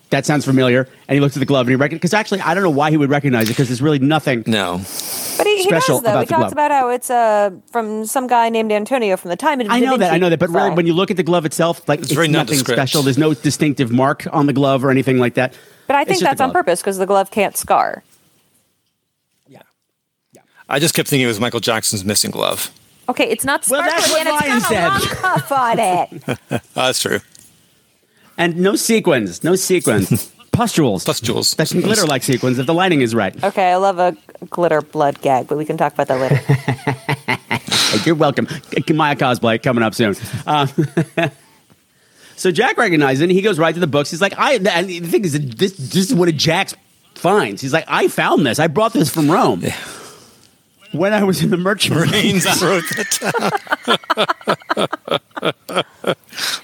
Speaker 2: That sounds familiar. And he looks at the glove and he recognizes because actually I don't know why he would recognize it because there's really nothing.
Speaker 4: No.
Speaker 3: But he, he does
Speaker 2: Special
Speaker 3: though.
Speaker 2: about
Speaker 3: he
Speaker 2: the
Speaker 3: talks
Speaker 2: glove.
Speaker 3: about how it's uh from some guy named Antonio from the time. Of
Speaker 2: I
Speaker 3: Da
Speaker 2: know that.
Speaker 3: Vinci.
Speaker 2: I know that. But really,
Speaker 3: Sorry.
Speaker 2: when you look at the glove itself, like it's,
Speaker 4: very
Speaker 2: nothing
Speaker 4: nondescript.
Speaker 2: special. There's no distinctive mark on the glove or anything like that.
Speaker 3: but I
Speaker 2: It's
Speaker 3: think
Speaker 2: just a
Speaker 3: that's on
Speaker 2: glove.
Speaker 3: purpose because the glove can't scar.
Speaker 4: I just kept thinking it was Michael Jackson's missing glove.
Speaker 3: Okay, it's not sparkly
Speaker 2: that's what
Speaker 3: and it's
Speaker 2: Ryan
Speaker 3: got
Speaker 2: said.
Speaker 3: a long cuff on it.
Speaker 4: Uh, that's true.
Speaker 2: And no sequins. No sequins. Pustules.
Speaker 4: Pustules.
Speaker 2: That can glitter like sequins if the lighting is right.
Speaker 3: Okay, I love a glitter blood gag, but we can talk about that later.
Speaker 2: You're welcome. Maya cosplay coming up soon. Uh, so Jack recognizes it. And he goes right to the books. He's like, I. And the thing is, that this this is one of Jack's finds. He's like, I found this. I brought this from Rome. When I was in the merchant
Speaker 4: Marines,
Speaker 2: marines,
Speaker 4: I wrote that down.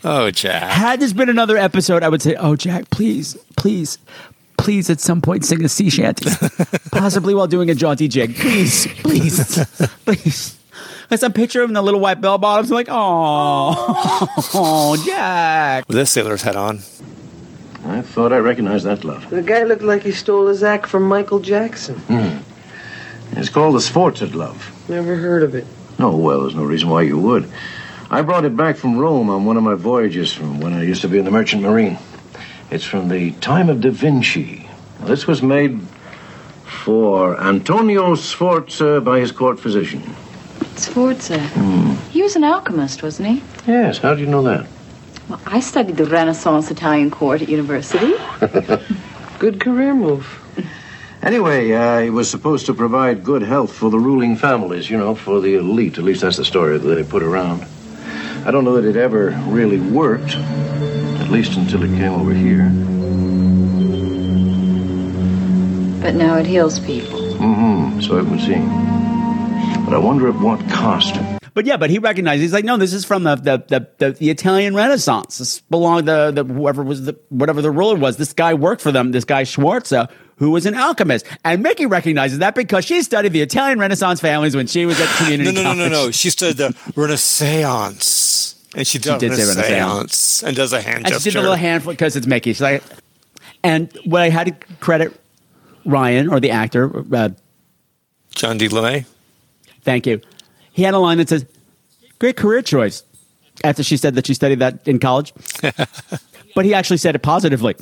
Speaker 4: oh, Jack.
Speaker 2: had this been another episode, I would say, "Oh, Jack, please, please, please, at some point, sing a sea shanty, possibly while doing a jaunty jig. Please, please, please." As I picture him in the little white bell bottoms, I'm like, "Oh, oh, Jack."
Speaker 4: With this sailor's hat on.
Speaker 9: I thought I recognized that glove.
Speaker 8: The guy looked like he stole his act from Michael Jackson.
Speaker 9: Hmm. It's called the Sforza glove.
Speaker 8: Never heard of it.
Speaker 9: Oh, well, there's no reason why you would. I brought it back from Rome on one of my voyages from when I used to be in the Merchant Marine. It's from the time of Da Vinci. Now, this was made for Antonio Sforza by his court physician. Hmm.
Speaker 10: Sforza. He was an alchemist, wasn't he?
Speaker 9: Yes, how do you know that?
Speaker 10: Well, I studied the Renaissance Italian court at university.
Speaker 8: Good career move.
Speaker 9: Anyway, uh, he was supposed to provide good health for the ruling families, you know, for the elite. At least that's the story that they put around. I don't know that it ever really worked, at least until it came over here.
Speaker 10: But now it heals people.
Speaker 9: Mm-hmm, so it would seem. But I wonder at what cost.
Speaker 2: But yeah, but he recognized he's like, no, this is from the the the, the, the Italian Renaissance. This belonged the, the whoever was the whatever the ruler was. This guy worked for them. This guy Schwarza, who was an alchemist, and Mickey recognizes that because she studied the Italian Renaissance families when she was at community
Speaker 4: No, no, no, no,
Speaker 2: college.
Speaker 4: no. She studied the Renaissance, and she, does
Speaker 2: did say
Speaker 4: Renaissance,
Speaker 2: Renaissance.
Speaker 4: and does a hand
Speaker 2: and she
Speaker 4: gesture.
Speaker 2: did a little hand because it's Mickey. She's like, and what I had to credit Ryan or the actor uh,
Speaker 4: John D. LeMay.
Speaker 2: Thank you. He had a line that says, "Great career choice." After she said that she studied that in college, but he actually said it positively.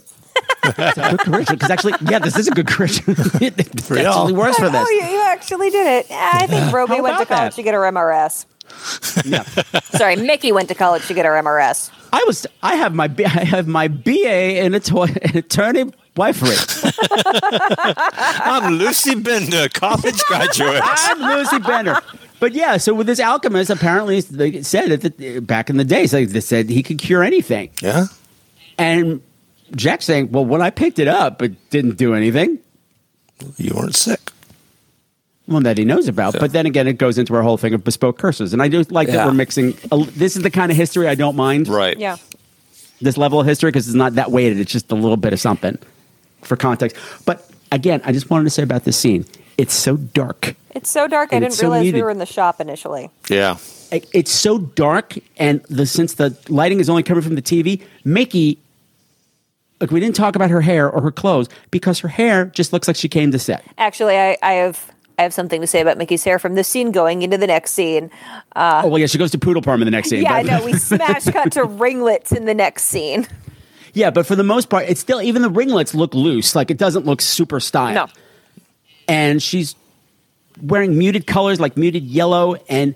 Speaker 2: it's a good career because actually, yeah, this is a good career. choice. it
Speaker 3: Like,
Speaker 2: actually works for this.
Speaker 3: Oh, you, you actually did it. Ah, I think Roby went to
Speaker 2: about
Speaker 3: college
Speaker 2: that?
Speaker 3: to get her MRS. Sorry, Mickey went to college to get her MRS.
Speaker 2: I was, I have my, B- I have my BA in a toy, attorney wifery.
Speaker 4: I'm Lucy Bender, college graduate.
Speaker 2: I'm Lucy Bender. But yeah, so with this alchemist, apparently they said that the, back in the days, like they said he could cure anything.
Speaker 4: Yeah.
Speaker 2: And Jack's saying, "Well, when I picked it up, it didn't do anything."
Speaker 4: You weren't sick.
Speaker 2: Well, that he knows about. But then again, it goes into our whole thing of bespoke curses, and I do like
Speaker 4: Yeah.
Speaker 2: that we're mixing. A, this is the kind of history I don't mind.
Speaker 4: Right.
Speaker 3: Yeah.
Speaker 2: This level of history because it's not that weighted. It's just a little bit of something for context. But again, I just wanted to say about this scene. It's so dark.
Speaker 3: It's so dark. I
Speaker 2: And
Speaker 3: didn't
Speaker 2: it's so
Speaker 3: realize we
Speaker 2: muted.
Speaker 3: were in the shop initially.
Speaker 4: Yeah.
Speaker 2: It- It's so dark, and the since the lighting is only coming from the TV, Mickey. Like we didn't talk about her hair or her clothes because her hair just looks like she came to set.
Speaker 3: Actually, I, I have I have something to say about Mickey's hair from this scene going into the next scene. Uh,
Speaker 2: oh well, yeah, she goes to poodle parm in the next scene.
Speaker 3: yeah,
Speaker 2: but-
Speaker 3: no, we smash cut to ringlets in the next scene.
Speaker 2: yeah, but for the most part, it's still even the ringlets look loose. Like it doesn't look super styled.
Speaker 3: No.
Speaker 2: and she's wearing muted colors like muted yellow and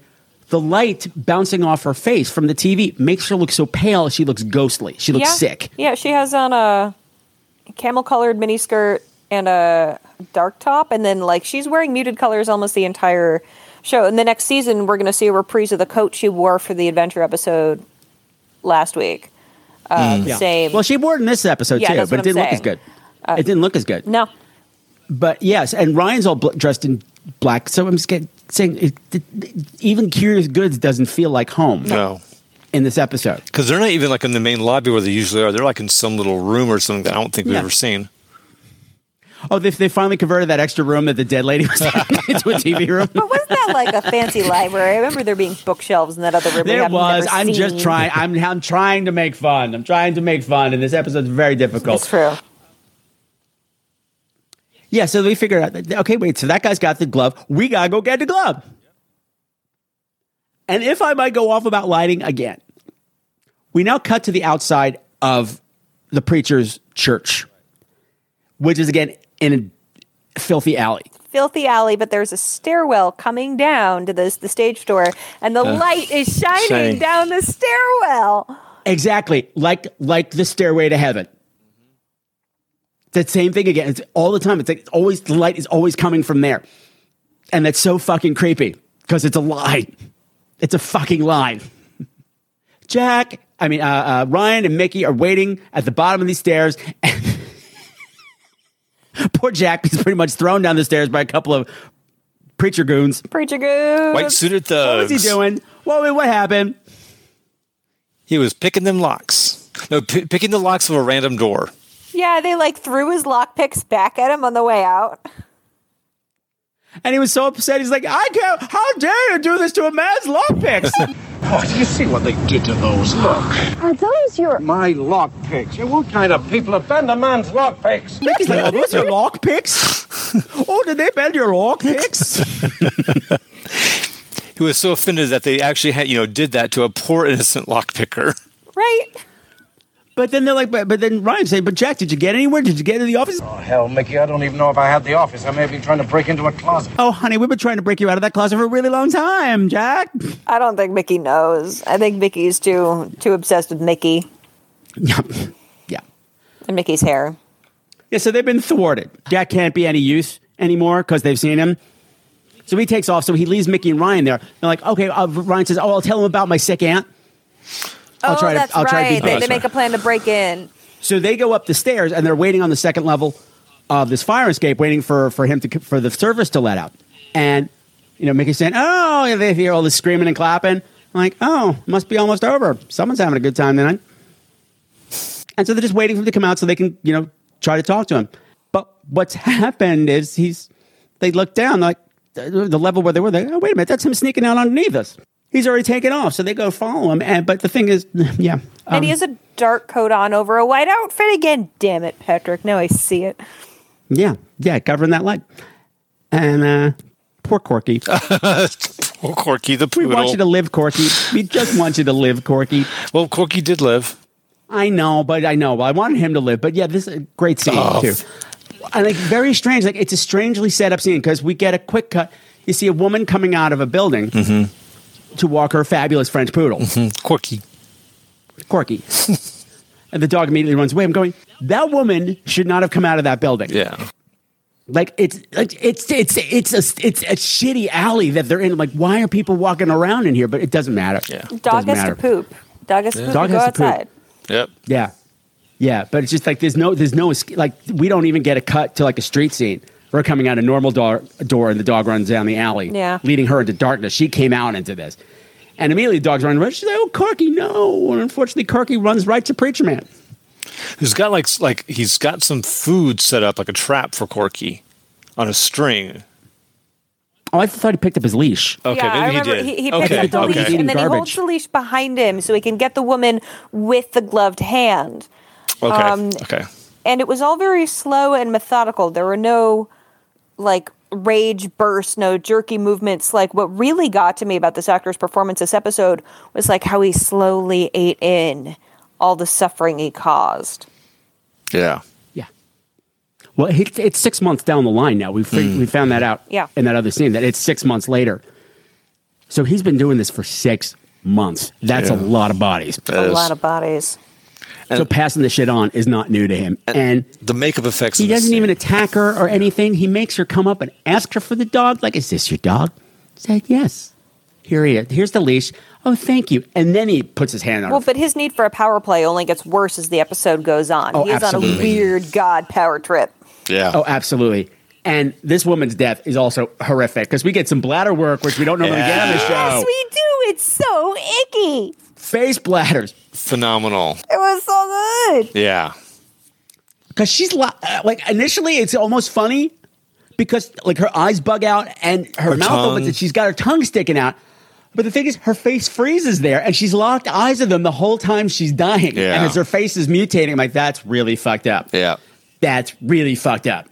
Speaker 2: the light bouncing off her face from the TV makes her look so pale. She looks ghostly. She looks
Speaker 3: yeah.
Speaker 2: sick.
Speaker 3: Yeah, she has on a camel colored miniskirt and a dark top, and then like she's wearing muted colors almost the entire show. And the next season, we're going to see a reprise of the coat she wore for the adventure episode last week. Uh, the
Speaker 2: Mm. Yeah.
Speaker 3: Same.
Speaker 2: Well, she wore it in this episode
Speaker 3: Yeah,
Speaker 2: too,
Speaker 3: that's
Speaker 2: but
Speaker 3: what
Speaker 2: it didn't look
Speaker 3: I'm
Speaker 2: as
Speaker 3: saying. Uh,
Speaker 2: good. it didn't look as good.
Speaker 3: No.
Speaker 2: But yes, and Ryan's all bl- dressed in black. So I'm just get- saying, it, it, even Curious Goods doesn't feel like home.
Speaker 4: No.
Speaker 2: In this episode.
Speaker 4: Because they're not even like in the main lobby where they usually are. They're like in some little room or something that I don't think we've
Speaker 2: Yeah.
Speaker 4: ever seen.
Speaker 2: Oh, they, they finally converted that extra room that the dead lady was in into a TV room.
Speaker 3: Wasn't that like a fancy library? I remember there being bookshelves in that other room. we
Speaker 2: There
Speaker 3: haven't
Speaker 2: was.
Speaker 3: never
Speaker 2: I'm just
Speaker 3: seen.
Speaker 2: trying. I'm I'm trying to make fun. I'm trying to make fun, and this episode's very difficult.
Speaker 3: It's true.
Speaker 2: Yeah. So we figured out. That, okay, wait. So that guy's got the glove. We gotta go get the glove. And if I might go off about lighting again, we now cut to the outside of the preacher's church, which is again in a filthy alley.
Speaker 3: Filthy alley, but there's a stairwell coming down to this the stage door, and the
Speaker 2: Ugh.
Speaker 3: light is shining
Speaker 2: Shame.
Speaker 3: down the stairwell.
Speaker 2: Exactly. Like like the stairway to heaven. That same thing again. It's all the time. It's like always the light is always coming from there. And that's so fucking creepy because it's a lie. It's a fucking lie. Jack, I mean, uh, uh, Ryan and Mickey are waiting at the bottom of these stairs. poor Jack is pretty much thrown down the stairs by a couple of preacher goons.
Speaker 3: Preacher goons.
Speaker 4: White suited
Speaker 2: What
Speaker 4: thugs.
Speaker 2: was he doing? What, what happened?
Speaker 4: He was picking them locks. No, p- picking the locks of a random door.
Speaker 3: Yeah, they like threw his lockpicks back at him on the way out.
Speaker 2: And he was so upset. He's like, I can't. How dare you do this to a man's lockpicks?
Speaker 11: Oh, do you see what they did to those? Look.
Speaker 12: Are those your
Speaker 11: My lockpicks. And What kind of people have banned a man's lockpicks?
Speaker 2: Mickey's like, are those your lockpicks? oh, did they bend your lockpicks?
Speaker 4: He was so offended that they actually had, you know, did that to a poor innocent lockpicker.
Speaker 3: Right?
Speaker 2: But then they're like, but, but then Ryan said, but Jack, did you get anywhere? Did you get to the office?
Speaker 11: Oh, hell, Mickey, I don't even know if I had the office. I may have been trying to break into a closet.
Speaker 2: Oh, honey, we've been trying to break you out of that closet for a really long time, Jack.
Speaker 3: I don't think Mickey knows. I think Mickey's too too obsessed with Mickey.
Speaker 2: yeah.
Speaker 3: And Mickey's hair.
Speaker 2: Yeah, so they've been thwarted. Jack can't be any use anymore because they've seen him. So he takes off. So he leaves Mickey and Ryan there. They're like, okay. Uh, Ryan says, oh, I'll tell him about my sick aunt. I'll
Speaker 3: oh,
Speaker 2: try to-
Speaker 3: that's
Speaker 2: I'll
Speaker 3: right.
Speaker 2: try to be
Speaker 3: they,
Speaker 2: good.
Speaker 3: they make a plan to break in.
Speaker 2: So they go up the stairs and they're waiting on the second level of this fire escape, waiting for, for him to for the service to let out. And you know, Mickey's saying, "Oh," and they hear all this screaming and clapping. I'm like, "Oh, must be almost over. Someone's having a good time tonight." And so they're just waiting for him to come out so they can you know try to talk to him. But what's happened is he's they look down like the the level where they were. They oh wait a minute, that's him sneaking out underneath us. He's already taken off, so they go follow him. And but the thing is, yeah, um,
Speaker 3: and he has a dark coat on over a white outfit again. Damn it, Patrick. Now I see it.
Speaker 2: Yeah, yeah, covering that light. And uh poor Corky.
Speaker 4: poor Corky the
Speaker 2: We want
Speaker 4: poodle.
Speaker 2: you to live, Corky. We just want you to live, Corky.
Speaker 4: Well, Corky did live.
Speaker 2: I know, but I know. Well, I wanted him to live, but yeah, this is a great scene
Speaker 4: Oh,
Speaker 2: too.
Speaker 4: f-
Speaker 2: And like very strange. Like it's a strangely set up scene because we get a quick cut. You see a woman coming out of a building
Speaker 4: Mm-hmm.
Speaker 2: to walk her fabulous French poodle,
Speaker 4: Corky.
Speaker 2: Corky. and the dog immediately runs away. I'm going. That woman should not have come out of that building.
Speaker 4: Yeah.
Speaker 2: Like it's like it's it's it's a it's a shitty alley that they're in. I'm like, why are people walking around in here? But it doesn't matter. Yeah,
Speaker 3: Dog has to poop. Dog has to
Speaker 2: Yeah.
Speaker 3: poop.
Speaker 2: Dog
Speaker 3: to go
Speaker 2: has to poop.
Speaker 3: outside.
Speaker 4: Yep.
Speaker 2: Yeah, yeah. But it's just like there's no there's no esca- like we don't even get a cut to like a street scene. We're coming out a normal door door and the dog runs down the alley,
Speaker 3: Yeah.
Speaker 2: leading her into darkness. She came out into this, and immediately the dog's running around. She's like, "Oh, Corky, no!" And unfortunately, Corky runs right to Preacher Man.
Speaker 4: Who's got like s- like he's got some food set up like a trap for Corky on a string.
Speaker 2: Oh, I thought he picked up his leash.
Speaker 4: Okay,
Speaker 3: yeah, I
Speaker 4: maybe he
Speaker 3: remember
Speaker 4: did.
Speaker 3: he, he picks
Speaker 4: okay.
Speaker 3: up the
Speaker 4: okay.
Speaker 3: leash and then he holds the leash behind him so he can get the woman with the gloved hand.
Speaker 4: Okay.
Speaker 3: Um,
Speaker 4: okay.
Speaker 3: and it was all very slow and methodical. There were no like rage bursts, no jerky movements. Like what really got to me about this actor's performance this episode was like how he slowly ate in all the suffering he caused.
Speaker 4: Yeah.
Speaker 2: Well, he, it's six months down the line now. We fig- we found that out.
Speaker 3: Yeah.
Speaker 2: In that other scene, that it's six months later. So he's been doing this for six months. That's
Speaker 3: Yeah.
Speaker 2: a lot of bodies.
Speaker 3: a lot of bodies.
Speaker 2: so passing the shit on is not new to him. And,
Speaker 4: the makeup effects.
Speaker 2: he
Speaker 4: in this
Speaker 2: doesn't
Speaker 4: scene.
Speaker 2: even attack her or anything. He makes her come up and ask her for the dog. Like, is this your dog? She said, yes. Here he is. Here's the leash. Oh, thank you. And then he puts his hand on
Speaker 3: Well,
Speaker 2: her.
Speaker 3: but his need for a power play only gets worse as the episode goes on.
Speaker 2: Oh,
Speaker 3: he is on a
Speaker 2: absolutely.
Speaker 3: weird god power trip.
Speaker 4: Yeah.
Speaker 2: Oh, absolutely. And this woman's death is also horrific because we get some bladder work, which we don't normally get on the show.
Speaker 3: Yes, we do. It's so icky.
Speaker 2: Face bladders.
Speaker 4: Phenomenal.
Speaker 3: It was so good.
Speaker 4: Yeah.
Speaker 2: because she's li- uh, like initially it's almost funny because like her eyes bug out and her,
Speaker 4: Her
Speaker 2: mouth opens
Speaker 4: tongue.
Speaker 2: and she's got her tongue sticking out but the thing is her face freezes there and she's locked eyes of them the whole time she's dying
Speaker 4: Yeah.
Speaker 2: and as her face is mutating I'm like that's really fucked up
Speaker 4: Yeah.
Speaker 2: that's really fucked up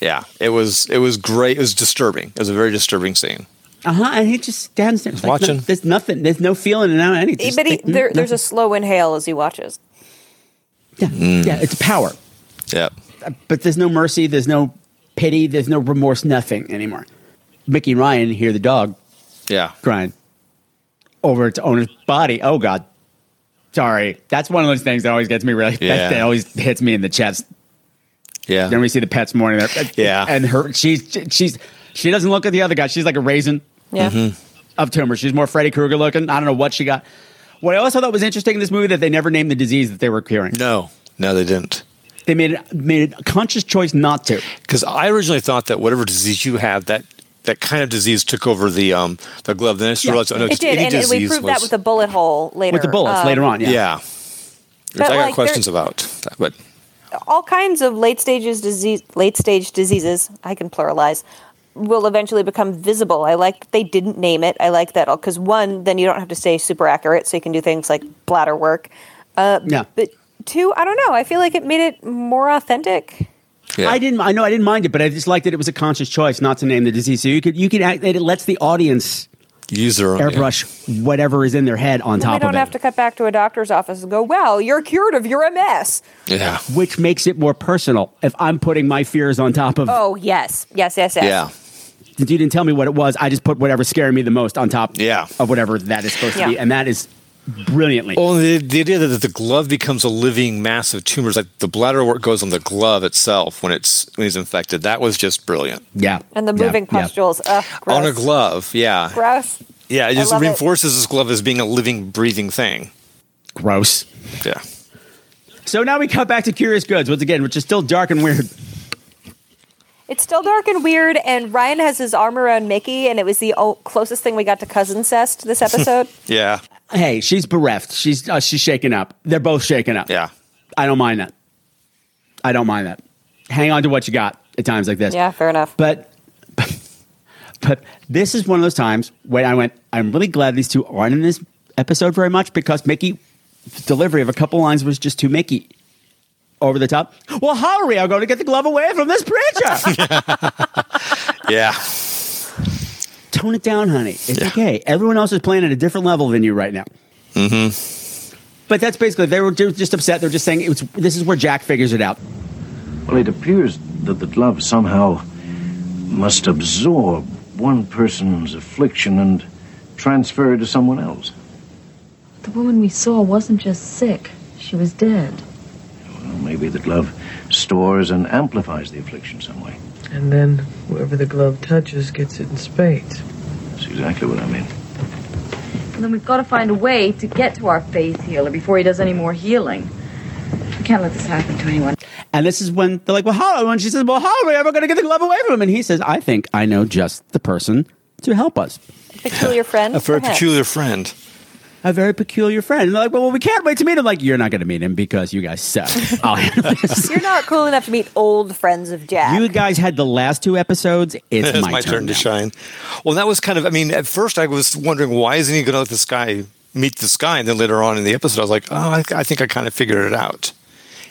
Speaker 4: Yeah. It was it was great. It was disturbing. It was a very disturbing scene.
Speaker 2: uh-huh and he just stands there like, no-
Speaker 4: Watching.
Speaker 2: there's nothing there's no feeling and no anything Just
Speaker 3: but he,
Speaker 2: like, mm,
Speaker 3: there, there's a
Speaker 2: nothing.
Speaker 3: slow inhale as he watches.
Speaker 4: Mm.
Speaker 2: yeah it's power
Speaker 4: Yeah.
Speaker 2: but there's no mercy, there's no pity, there's no remorse, nothing anymore. Mickey and Ryan hear the dog,
Speaker 4: Yeah.
Speaker 2: crying over its owner's body. Oh God, sorry. That's one of those things that always gets me really.
Speaker 4: Yeah.
Speaker 2: That, that always hits me in the chest.
Speaker 4: Yeah.
Speaker 2: Then we see the pets mourning there.
Speaker 4: Yeah.
Speaker 2: and her she's she's she doesn't look at the other guy. She's like a raisin.
Speaker 3: Yeah.
Speaker 2: Mm-hmm. Of tumor, she's more Freddy Krueger looking. I don't know what she got. What I also thought was interesting in this movie that they never named the disease that they were curing.
Speaker 4: No. No, they didn't.
Speaker 2: They made it, made a conscious choice not to.
Speaker 4: Because I originally thought that whatever disease you had, that that kind of disease took over the um the glove. Then I just
Speaker 3: Yeah.
Speaker 4: realized, oh no,
Speaker 3: it
Speaker 4: it's
Speaker 3: did,
Speaker 4: any
Speaker 3: and, and we
Speaker 4: disease
Speaker 3: proved
Speaker 4: was-
Speaker 3: that with the bullet hole later.
Speaker 2: With the bullets
Speaker 3: Um,
Speaker 2: later on, yeah.
Speaker 4: Which I got
Speaker 3: like,
Speaker 4: questions
Speaker 3: there-
Speaker 4: about, that, but
Speaker 3: All kinds of late stages disease, late stage diseases. I can pluralize. Will eventually become visible. I like that they didn't name it. I like that because one, then you don't have to stay super accurate, so you can do things like bladder work. Uh,
Speaker 2: Yeah.
Speaker 3: But two, I don't know. I feel like it made it more authentic.
Speaker 2: I didn't. I know I didn't mind it, but I just liked that it was a conscious choice not to name the disease. So you could you could act that it lets the audience
Speaker 4: Use their own.
Speaker 2: airbrush whatever is in their head on
Speaker 3: we
Speaker 2: top
Speaker 3: don't
Speaker 2: of it,
Speaker 3: have to cut back to a doctor's office and go, "Well, you're cured of your MS."
Speaker 4: yeah.
Speaker 2: which makes it more personal. If I'm putting my fears on top of,
Speaker 3: Oh yes, yes, yes, yes.
Speaker 2: since you didn't tell me what it was, I just put whatever scared me the most on top,
Speaker 4: yeah. Oh.
Speaker 2: of whatever that is supposed
Speaker 3: Yeah.
Speaker 2: to be, and that is brilliantly.
Speaker 4: Well, the, the idea that the glove becomes a living mass of tumors, like the bladder work goes on the glove itself when it's when he's infected. That was just brilliant.
Speaker 2: Yeah.
Speaker 3: And the moving pustules. Ugh, gross.
Speaker 4: On a glove, yeah.
Speaker 3: Gross.
Speaker 4: Yeah, it
Speaker 3: I
Speaker 4: just
Speaker 3: love it.
Speaker 4: reinforces this glove as being a living, breathing thing.
Speaker 2: Gross.
Speaker 4: Yeah.
Speaker 2: So now we cut back to Curious Goods once again, which is still dark and weird.
Speaker 3: It's still dark and weird, and Ryan has his arm around Mickey, and it was the o- closest thing we got to cousin cest this episode.
Speaker 4: Yeah.
Speaker 2: Hey, she's bereft. She's uh, she's shaken up. They're both shaken up.
Speaker 4: Yeah.
Speaker 2: I don't mind that. I don't mind that. Hang on to what you got at times like this.
Speaker 3: yeah, fair enough.
Speaker 2: But but this is one of those times when I went, I'm really glad these two aren't in this episode very much because Mickey delivery of a couple lines was just too Mickey over the top. Well, how are we all going to get the glove away from this preacher?
Speaker 4: Yeah.
Speaker 2: Tone it down, honey. It's okay. Everyone else is playing at a different level than you right now.
Speaker 4: Mm-hmm.
Speaker 2: But that's basically they were they were just upset. They're just saying it was. This is where Jack figures it out.
Speaker 9: Well, it appears that the glove somehow must absorb one person's affliction and transfer it to someone else.
Speaker 10: The woman we saw wasn't just sick, she was dead.
Speaker 9: Well, maybe the glove stores and amplifies the affliction some way.
Speaker 8: And then whoever the glove touches gets it in spades.
Speaker 9: That's exactly what I mean.
Speaker 10: And then we've got to find a way to get to our faith healer before he does any more healing. We can't let this happen to anyone.
Speaker 2: And this is when they're like, "Well, how?" And she says, "Well, how are we ever going to get the glove away from him?" And he says, "I think I know just the person to help us."
Speaker 3: peculiar friend.
Speaker 4: A very
Speaker 3: Perhaps.
Speaker 4: peculiar friend.
Speaker 2: A very peculiar friend. And they're like, well, well, we can't wait to meet him. Like, you're not going to meet him because you guys suck. I'll handle this.
Speaker 3: You're not cool enough to meet old friends of Jack.
Speaker 2: you guys had the last two episodes. It's, my, turn,
Speaker 4: to shine. Well, that was kind of. I mean, at first I was wondering why isn't he going to let this guy meet this guy, and then later on in the episode I was like, oh, I, I think I kind of figured it out.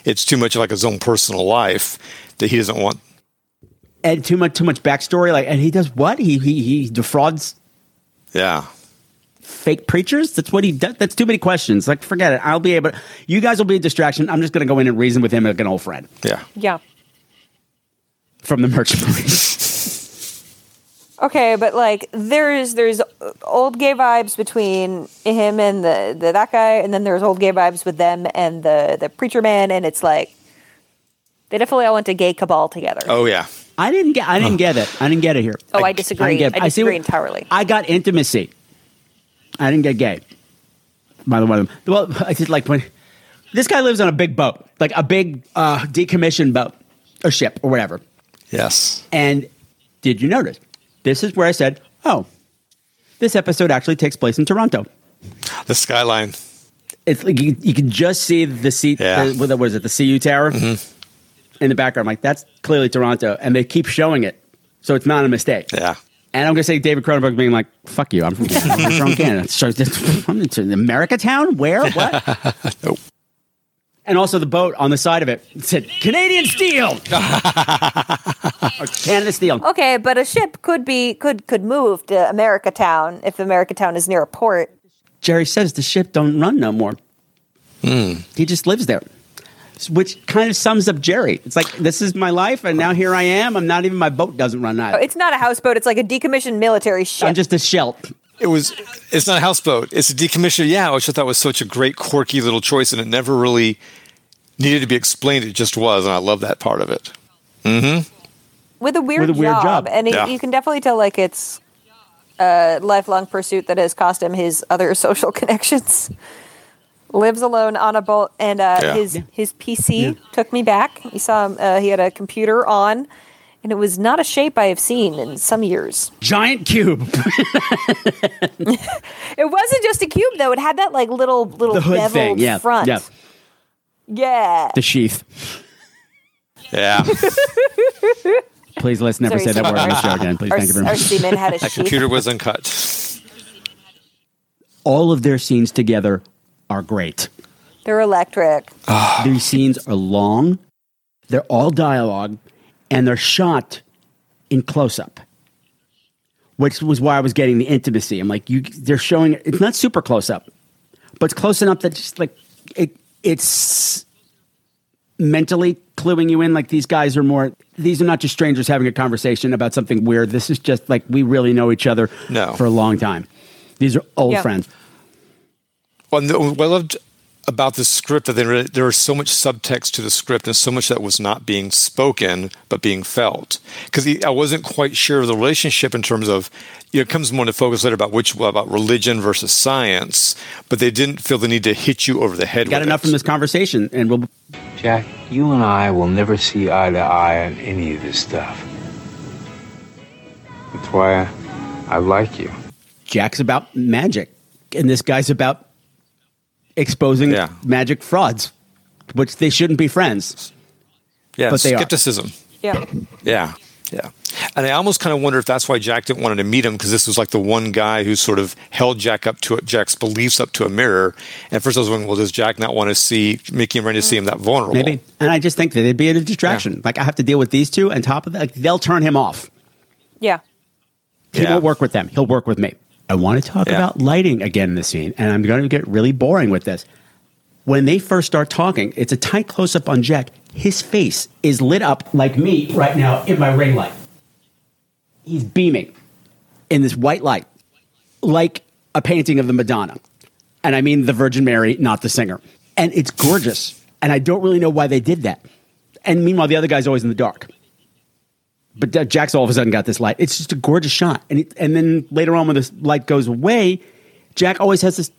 Speaker 4: It's too much like his own personal life that he doesn't want.
Speaker 2: And too much, too much backstory. Like, and he does what? He he he defrauds
Speaker 4: Yeah.
Speaker 2: fake preachers. That's what he. does. that's too many questions. Like, forget it. I'll be able. You guys will be a distraction. I'm just going to go in and reason with him like an old friend.
Speaker 4: Yeah.
Speaker 3: yeah.
Speaker 2: From the merchant marine.
Speaker 3: Okay, but like there's there's old gay vibes between him and the, the that guy, and then there's old gay vibes with them and the the preacher man, and it's like they definitely all went to gay cabal together.
Speaker 4: Oh yeah.
Speaker 2: I didn't get. I
Speaker 4: Oh.
Speaker 2: didn't get it. I didn't get it here.
Speaker 3: Oh, I disagree.
Speaker 2: didn't get it.
Speaker 3: I
Speaker 2: see what-
Speaker 3: disagree entirely.
Speaker 2: I got intimacy. I didn't get gay. By the way, well, I did like when this guy lives on a big boat, like a big uh, decommissioned boat or ship or whatever.
Speaker 4: Yes.
Speaker 2: And did you notice? This is where I said, "Oh, this episode actually takes place in Toronto."
Speaker 4: The skyline.
Speaker 2: It's like you, you can just see the sea.
Speaker 4: Yeah. Mm-hmm.
Speaker 2: The, what was it? The CU Tower in the background. I'm like that's clearly Toronto, and they keep showing it, so it's not a mistake.
Speaker 4: Yeah.
Speaker 2: And I'm gonna say David Cronenberg being like, "Fuck you, I'm from Canada. I'm from Canada. So, I'm in America Town. Where? What?
Speaker 4: nope.
Speaker 2: And also the boat on the side of it said Canadian Steel or Canada Steel.
Speaker 3: Okay, but a ship could be could could move to America Town if America Town is near a port.
Speaker 2: Jerry says the ship don't run no more. He just lives there, S- which kind of sums up Jerry. It's like this is my life, and now here I am. I'm not even my boat doesn't run
Speaker 3: Oh,
Speaker 2: either.
Speaker 3: It's not a houseboat; it's like a decommissioned military ship.
Speaker 2: I'm just a shell.
Speaker 4: It was. It's not a houseboat. It's a decommissioned. Yeah, which I thought was such a great quirky little choice, and it never really needed to be explained. It just was, and I love that part of it. Mm-hmm.
Speaker 3: with a weird,
Speaker 4: With a weird
Speaker 3: job.
Speaker 4: job.
Speaker 3: and it-
Speaker 4: Yeah.
Speaker 3: you can definitely tell like it's a lifelong pursuit that has cost him his other social connections lives alone on a boat and uh,
Speaker 12: Yeah.
Speaker 3: his
Speaker 12: Yeah.
Speaker 3: his pc took me back you saw him uh, he had a computer on and it was not a shape i have seen in some years
Speaker 2: Giant cube.
Speaker 3: it wasn't just a cube though it had that like little little
Speaker 2: The hood
Speaker 3: beveled
Speaker 2: thing. Yeah.
Speaker 3: front
Speaker 2: Yeah.
Speaker 3: yeah
Speaker 2: The sheath.
Speaker 4: Yeah.
Speaker 2: Please let's never
Speaker 3: Sorry,
Speaker 2: say that word on the show
Speaker 3: sorry.
Speaker 2: again. Please,
Speaker 3: Our-
Speaker 2: thank you very
Speaker 3: our
Speaker 2: much.
Speaker 3: seaman had a
Speaker 4: That
Speaker 3: sheath.
Speaker 4: computer was uncut.
Speaker 2: All of their scenes together are great.
Speaker 3: they're electric
Speaker 2: These scenes are long, they're all dialogue, and they're shot in close up, which was why I was getting the intimacy. I'm like, you, they're showing it's not super close up, but it's close enough that just like it, it's mentally cluing you in. Like these guys are more, these are not just strangers having a conversation about something weird. This is just like we really know each other
Speaker 4: No.
Speaker 2: for a long time. These are old
Speaker 4: Yeah.
Speaker 2: friends.
Speaker 4: Well, and the- what I loved about the script that they re- there was so much subtext to the script and so much that was not being spoken but being felt because I wasn't quite sure of the relationship in terms of you know it comes more into focus later about which about religion versus science but they didn't feel the need to hit you over the head
Speaker 2: Got
Speaker 4: with
Speaker 2: enough
Speaker 4: it.
Speaker 2: from this conversation, and we'll
Speaker 12: Jack, you and I will never see eye to eye on any of this stuff. That's why I, I like you.
Speaker 2: Jack's about magic, and this guy's about exposing magic frauds, which they shouldn't be friends.
Speaker 4: yeah
Speaker 2: but they are.
Speaker 4: skepticism
Speaker 3: Yeah.
Speaker 4: Yeah. Yeah. And I almost kind of wonder if that's why Jack didn't want to meet him because this was like the one guy who sort of held Jack up to Jack's beliefs up to a mirror. And at first I was wondering, well, does Jack not want to see Mickey and Randy see him that vulnerable?
Speaker 2: Maybe, and I just think that it'd be a distraction. Like I have to deal with these two, and top of that, like, they'll turn him off.
Speaker 3: Yeah.
Speaker 2: He won't work with them. He'll work with me. I want to talk about lighting again in the scene, and I'm going to get really boring with this. When they first start talking, it's a tight close up on Jack. His face is lit up like me right now in my ring light. He's beaming in this white light, like a painting of the Madonna. And I mean the Virgin Mary, not the singer. And it's gorgeous. And I don't really know why they did that. And meanwhile, the other guy's always in the dark. But uh, Jack's all of a sudden got this light. It's just a gorgeous shot. And, it, and then later on, when this light goes away, Jack always has this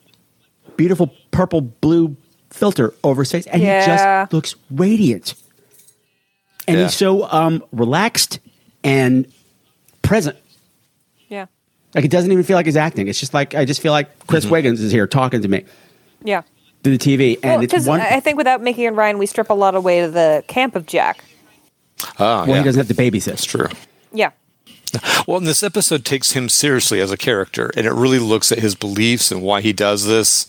Speaker 2: beautiful purple blue filter over his face. And he
Speaker 3: Yeah.
Speaker 2: just looks radiant. And
Speaker 3: Yeah.
Speaker 2: he's so um, relaxed and present.
Speaker 3: Yeah.
Speaker 2: Like it doesn't even feel like he's acting. It's just like I just feel like Chris
Speaker 4: Mm-hmm.
Speaker 2: Wiggins is here talking to me
Speaker 3: Yeah.
Speaker 2: through the TV, and it's
Speaker 3: Because
Speaker 2: one.
Speaker 3: I think without Mickey and Ryan, we strip a lot away to the camp of Jack.
Speaker 4: Ah,
Speaker 2: well, he doesn't have to babysit. That's
Speaker 4: true.
Speaker 3: Yeah.
Speaker 4: Well, and this episode takes him seriously as a character, and it really looks at his beliefs and why he does this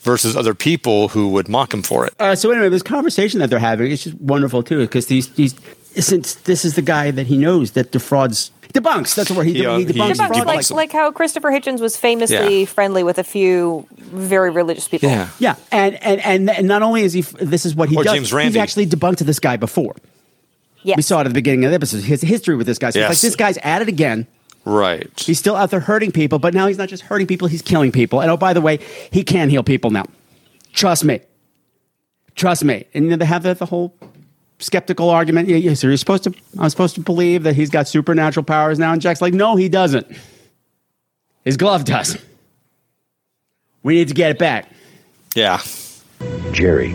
Speaker 4: versus other people who would mock him for it.
Speaker 2: Uh, so anyway, this conversation that they're having is just wonderful too, because these these since this is the guy that he knows that defrauds debunks. That's where he,
Speaker 4: He, uh,
Speaker 2: he
Speaker 4: he
Speaker 2: debunks.
Speaker 3: Debunks,
Speaker 2: frauds
Speaker 3: like, like how Christopher Hitchens was famously
Speaker 2: Yeah.
Speaker 3: friendly with a few very religious people.
Speaker 2: yeah, and and and, and not only is he f- this is what he
Speaker 4: Or
Speaker 2: does.
Speaker 4: James Randi.
Speaker 2: He's actually debunked this guy before.
Speaker 3: Yes.
Speaker 2: We saw it at the beginning of the episode. His history with this guy. So
Speaker 4: Yes.
Speaker 2: it's like this guy's at it again.
Speaker 4: Right.
Speaker 2: He's still out there hurting people, but now he's not just hurting people, he's killing people. And oh, by the way, he can heal people now. Trust me. Trust me. And you know, they have that the whole skeptical argument. Yeah, yeah, so you're supposed to I'm supposed to believe that he's got supernatural powers now. And Jack's like, no, he doesn't. His glove does. We need to get it back.
Speaker 4: Yeah.
Speaker 9: Jerry,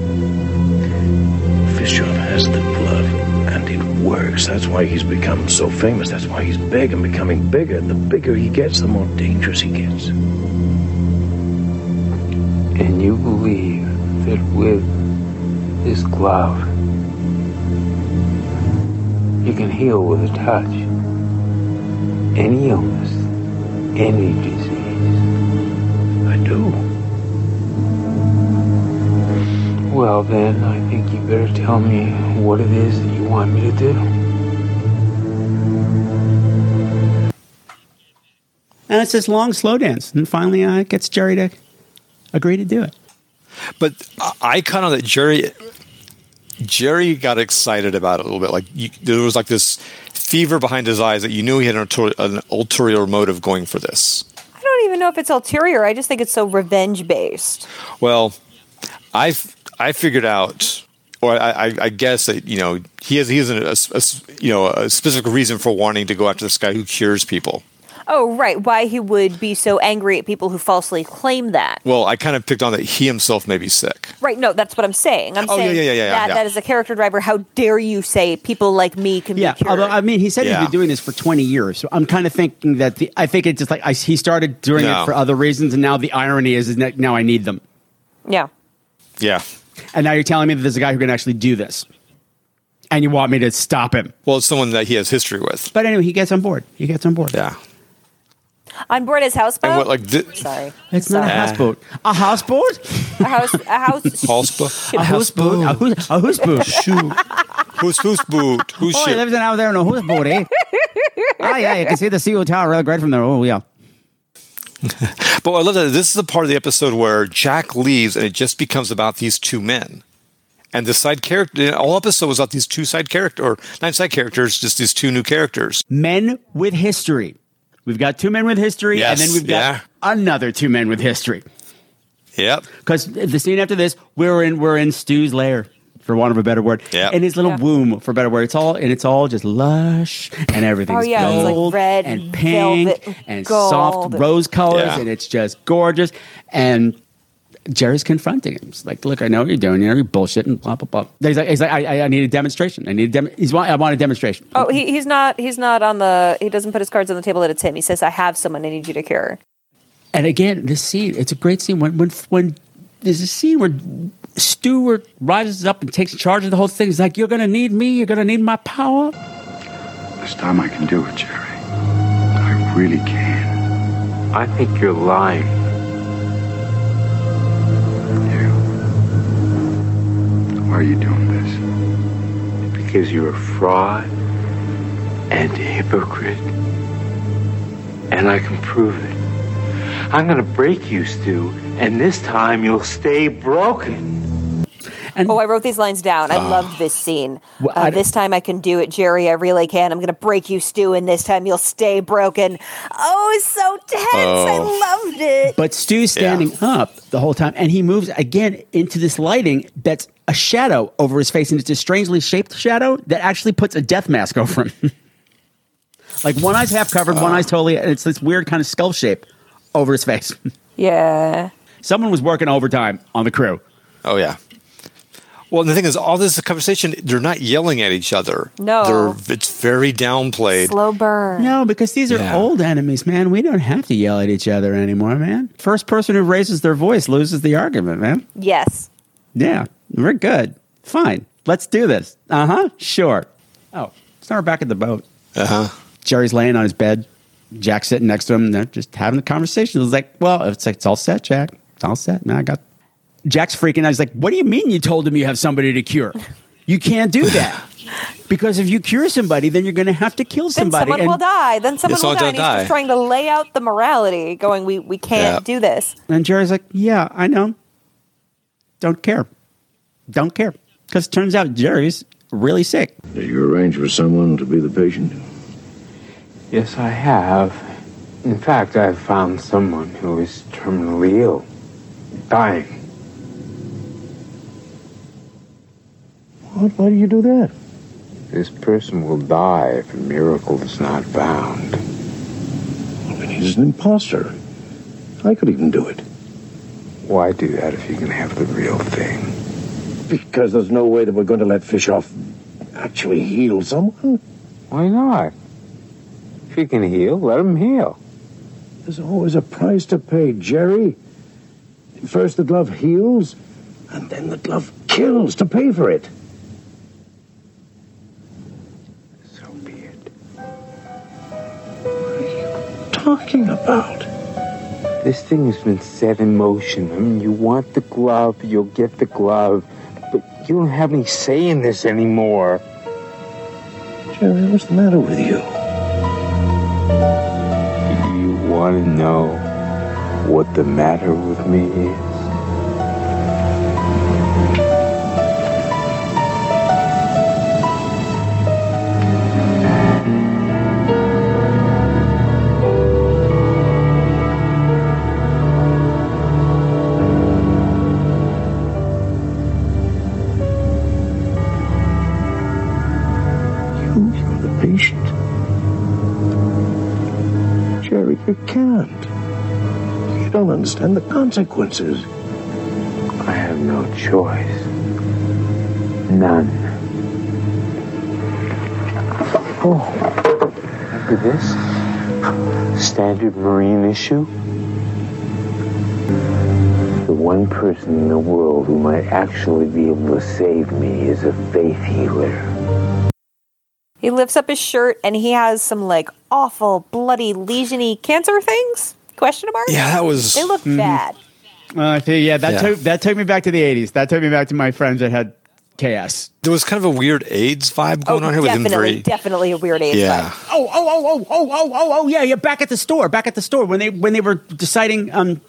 Speaker 9: Fisher has the glove, and it works. That's why he's become so famous. That's why he's big and becoming bigger. The bigger he gets, the more dangerous he gets.
Speaker 12: And you believe that with this glove, you can heal with a touch any illness, any disease. I do. Well, then, I think you better tell me what it is that you want me to do.
Speaker 2: And it's this long slow dance. And finally uh, it gets Jerry to agree to do it.
Speaker 4: But I- I kind of that Jerry Jerry got excited about it a little bit. Like you, there was like this fever behind his eyes that you knew he had an, ulterior- an ulterior motive going for this.
Speaker 3: I don't even know if it's ulterior. I just think it's so revenge based.
Speaker 4: Well, I f- I figured out, or I, I, I guess that you know he has he has a, a- a- you know a specific reason for wanting to go after this guy who cures people.
Speaker 3: Oh, right. Why he would be so angry at people who falsely claim that.
Speaker 4: Well, I kind of picked on that he himself may be sick.
Speaker 3: Right. No, that's what I'm saying. I'm
Speaker 4: Oh, yeah,
Speaker 3: saying
Speaker 4: yeah, yeah, yeah,
Speaker 3: that
Speaker 4: yeah.
Speaker 3: that is a character driver. How dare you say people like me can
Speaker 2: Yeah,
Speaker 3: be cured?
Speaker 2: although I mean, he said
Speaker 4: Yeah.
Speaker 2: he's been doing this for twenty years, so I'm kind of thinking that the I think it's just like I, he started doing
Speaker 4: No.
Speaker 2: it for other reasons, and now the irony is, is that now I need them,
Speaker 3: yeah.
Speaker 4: Yeah.
Speaker 2: and now you're telling me that there's a guy who can actually do this, and you want me to stop him.
Speaker 4: Well, it's someone that he has history with.
Speaker 2: But anyway, he gets on board. He gets on board.
Speaker 4: Yeah,
Speaker 3: On board his houseboat.
Speaker 4: And what, like, thi-
Speaker 3: Sorry.
Speaker 2: it's not a
Speaker 4: Sorry.
Speaker 2: houseboat. A houseboat.
Speaker 3: A house. A house.
Speaker 4: Houseboat.
Speaker 2: A houseboat. A hoos- a houseboat. Oh, Shoot.
Speaker 4: Who's who's boot? Who's
Speaker 2: Boy,
Speaker 4: shit?
Speaker 2: lives out there in a houseboat, eh? oh yeah, you can see the Seawall Tower really great from there. Oh yeah.
Speaker 4: But I love that this is the part of the episode where Jack leaves and it just becomes about these two men. And the side character, all episode was about these two side character or nine side characters, just these two new characters.
Speaker 2: Men with history. We've got two men with history, and
Speaker 4: Yes,
Speaker 2: then we've got
Speaker 4: yeah.
Speaker 2: another two men with history.
Speaker 4: Yep.
Speaker 2: Because the scene after this, we're in we're in Stu's lair, for want of a better word.
Speaker 4: Yeah.
Speaker 2: In his little womb, for better word. It's all and it's all just lush and everything's
Speaker 3: Oh, yeah, it's like
Speaker 2: gold
Speaker 3: red
Speaker 2: and
Speaker 3: velvet
Speaker 2: pink and soft
Speaker 3: gold.
Speaker 2: rose colors,
Speaker 3: Yeah.
Speaker 2: and it's just gorgeous. And Jerry's confronting him. He's like, "Look, I know what you're doing. You're bullshit and blah blah blah." He's like, "He's like, I, I- I need a demonstration. I need a dem- He's wa- I want a demonstration."
Speaker 3: Oh, he, he's not. He's not on the. He doesn't put his cards on the table that it's him. He says, "I have someone. I need you to cure."
Speaker 2: And again, this scene, it's a great scene. When, when, when there's a scene where Stewart rises up and takes charge of the whole thing. He's like, You're going to need me. You're going to need my power.
Speaker 7: This time I can do it, Jerry. I really can.
Speaker 12: I think you're lying.
Speaker 7: Why are you doing this?
Speaker 12: Because you're a fraud and a hypocrite. And I can prove it. I'm gonna break you, Stu, and this time you'll stay broken.
Speaker 3: oh, I wrote these lines down. I loved this scene.
Speaker 12: Ah. Well,
Speaker 3: uh,
Speaker 12: I-
Speaker 3: this time I can do it, Jerry. I really can. I'm going to break you, Stu, and this time you'll stay broken. Oh, it's so tense.
Speaker 12: Oh.
Speaker 3: I loved it.
Speaker 2: But Stu's standing up the whole time and he moves again into this lighting that's a shadow over his face. And it's a strangely shaped shadow that actually puts a death mask over him. like one eye's half covered, one eye's totally, and it's this weird kind of skull shape over his face.
Speaker 3: yeah.
Speaker 2: Someone was working overtime on the crew.
Speaker 4: Oh, yeah. Well, the thing is, all this conversation, they're not yelling at each other.
Speaker 3: No.
Speaker 4: They're, it's very downplayed.
Speaker 3: Slow burn.
Speaker 2: No, because these are
Speaker 4: Yeah.
Speaker 2: old enemies, man. We don't have to yell at each other anymore, man. First person who raises their voice loses the argument, man.
Speaker 3: Yes.
Speaker 2: Yeah, we're good. Fine. Let's do this. Uh huh. Sure. Oh, it's now we're back at the boat.
Speaker 4: Uh huh.
Speaker 2: Jerry's laying on his bed. Jack's sitting next to him. And they're just having a conversation. It's like, well, it's like, it's all set, Jack. It's all set. Now I got. Jack's freaking out. He's like, what do you mean you told him you have somebody to cure? You can't do that. Because if you cure somebody, then you're going to have to kill
Speaker 3: Then
Speaker 2: somebody.
Speaker 3: someone
Speaker 2: and-
Speaker 3: will die. Then someone
Speaker 2: someone
Speaker 3: will die.
Speaker 2: don't
Speaker 3: And he's
Speaker 2: die.
Speaker 3: just trying to lay out the morality, going, "We we can't
Speaker 2: Yeah.
Speaker 3: do this."
Speaker 2: And Jerry's like, Yeah, I know. Don't care. Don't care. Because it turns out Jerry's really sick.
Speaker 9: Did you arrange for someone to be the patient?
Speaker 12: Yes, I have. In fact, I've found someone who is terminally ill, dying.
Speaker 9: What? Why do you do that?
Speaker 12: This person will die if a miracle is not found.
Speaker 9: He's an imposter. I could even do it.
Speaker 12: Why do that if you can have the real thing?
Speaker 9: Because there's no way that we're going to let Fishoff actually heal someone.
Speaker 12: Why not? If he can heal, let him heal.
Speaker 9: There's always a price to pay, Jerry. First the glove heals, and then the glove kills to pay for it.
Speaker 12: talking about? This thing's been set in motion. I mean, you want the glove, you'll get the glove, but you don't have any say in this anymore.
Speaker 9: Jerry, what's the matter with you?
Speaker 12: Do you want to know what the matter with me is?
Speaker 9: You're the patient. Jerry, you can't. You don't understand the consequences.
Speaker 12: I have no choice. None. Oh, look at this. Standard Marine issue. The one person in the world who might actually be able to save me is a faith healer.
Speaker 3: He lifts up his shirt and he has some like awful bloody lesiony cancer things? Question mark?
Speaker 4: Yeah, that was-
Speaker 3: They look
Speaker 2: Mhm.
Speaker 3: bad.
Speaker 2: Uh, I think, yeah, that
Speaker 4: Yeah.
Speaker 2: took that took me back to the '80s. That took me back to my friends that had chaos.
Speaker 4: There was kind of a weird AIDS vibe going on here with him
Speaker 3: Oh, definitely,
Speaker 4: three.
Speaker 3: definitely a weird age.
Speaker 4: Yeah.
Speaker 3: vibe.
Speaker 2: Oh, oh, oh, oh, oh, oh, oh, oh, yeah, yeah. Back at the store, back at the store when they when they were deciding um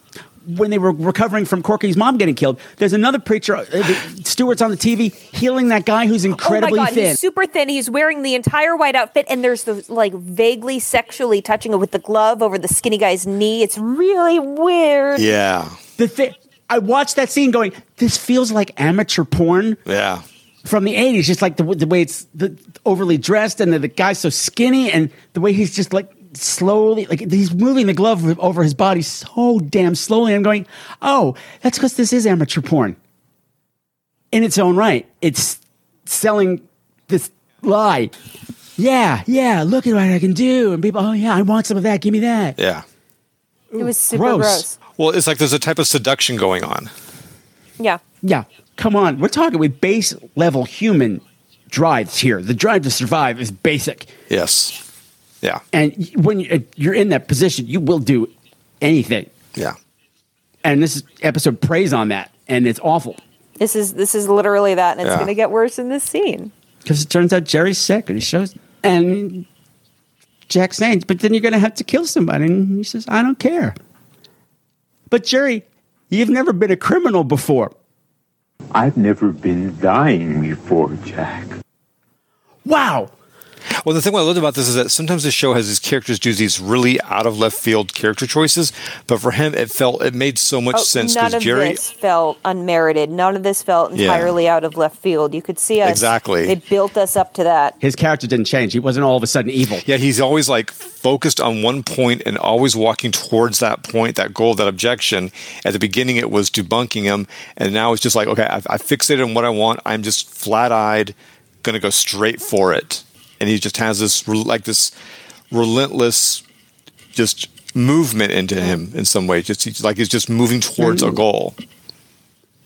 Speaker 2: when they were recovering from Corky's mom getting killed. There's another preacher, uh, the, Stewart's on the TV healing that guy who's incredibly
Speaker 3: oh my god,
Speaker 2: thin.
Speaker 3: he's super thin. He's wearing the entire white outfit, and there's the like vaguely sexually touching it with the glove over the skinny guy's knee. It's really weird.
Speaker 4: Yeah.
Speaker 2: The thi- I watched that scene going, this feels like amateur porn
Speaker 4: Yeah.
Speaker 2: from the 80s, just like the, w- the way it's the, overly dressed and the, the guy's so skinny and the way he's just like slowly, like he's moving the glove with- over his body so damn slowly. I'm going, oh, that's because this is amateur porn in its own right. It's selling this lie. Yeah, yeah, look at what I can do. And people, oh, yeah, I want some of that. Give me that.
Speaker 4: Yeah.
Speaker 3: It was super
Speaker 2: gross.
Speaker 3: gross.
Speaker 4: Well, it's like there's a type of seduction going on.
Speaker 3: Yeah.
Speaker 2: Yeah, come on. We're talking with base level human drives here. The drive to survive is basic.
Speaker 4: Yes. Yeah.
Speaker 2: And y- when you- uh, you're in that position, you will do anything.
Speaker 4: Yeah.
Speaker 2: And this episode preys on that, and it's awful
Speaker 3: This is this is literally that, and it's
Speaker 2: Yeah.
Speaker 3: gonna get worse in this scene.
Speaker 2: because it turns out Jerry's sick, and he shows and Jack saying, "But then you're going to have to kill somebody," and he says, "I don't care." But Jerry, you've never been a criminal before.
Speaker 6: I've never been dying before, Jack.
Speaker 2: Wow.
Speaker 4: Well, the thing what I loved about this is that sometimes the show has these characters do these really out of left field character choices, but for him, it felt it made so much
Speaker 3: Oh,
Speaker 4: sense
Speaker 3: None
Speaker 4: because
Speaker 3: of
Speaker 4: Jerry.
Speaker 3: this felt unmerited. None of this felt
Speaker 2: Yeah.
Speaker 3: entirely out of left field. You could see us
Speaker 2: Exactly.
Speaker 3: They built us up to that.
Speaker 2: His character didn't change. He wasn't all of a sudden evil.
Speaker 4: Yeah, he's always like focused on one point and always walking towards that point, that goal, that objection. At the beginning, it was debunking him, and now it's just like, okay, I've, i fixated on what I want. I'm just flat eyed, going to go straight for it. And he just has this re- like this relentless, just movement into him in some way. Just he's like he's just moving towards a goal.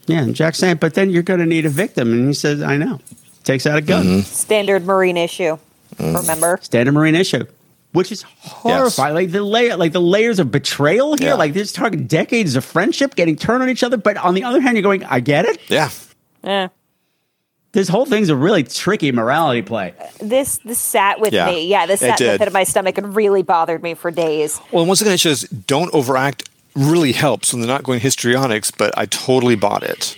Speaker 2: Yeah, and Jack's saying, but then you're going to need a victim. And he says, I know. Takes out a gun.
Speaker 3: Standard Marine issue.
Speaker 4: Mm.
Speaker 3: Remember?
Speaker 2: Standard Marine issue, which is horrifying. Like the layer, like the layers of betrayal here. Like they're just talking decades of friendship getting turned on each other. But on the other hand, you're going, I get it.
Speaker 4: Yeah.
Speaker 3: Yeah.
Speaker 2: This whole thing's a really tricky morality play.
Speaker 3: This this sat with
Speaker 4: Yeah,
Speaker 3: me. Yeah, this
Speaker 4: it
Speaker 3: sat in the
Speaker 4: did.
Speaker 3: pit of my stomach and really bothered me for days.
Speaker 4: Well, and once again, it shows don't overact really helps when they're not going histrionics, but I totally bought it.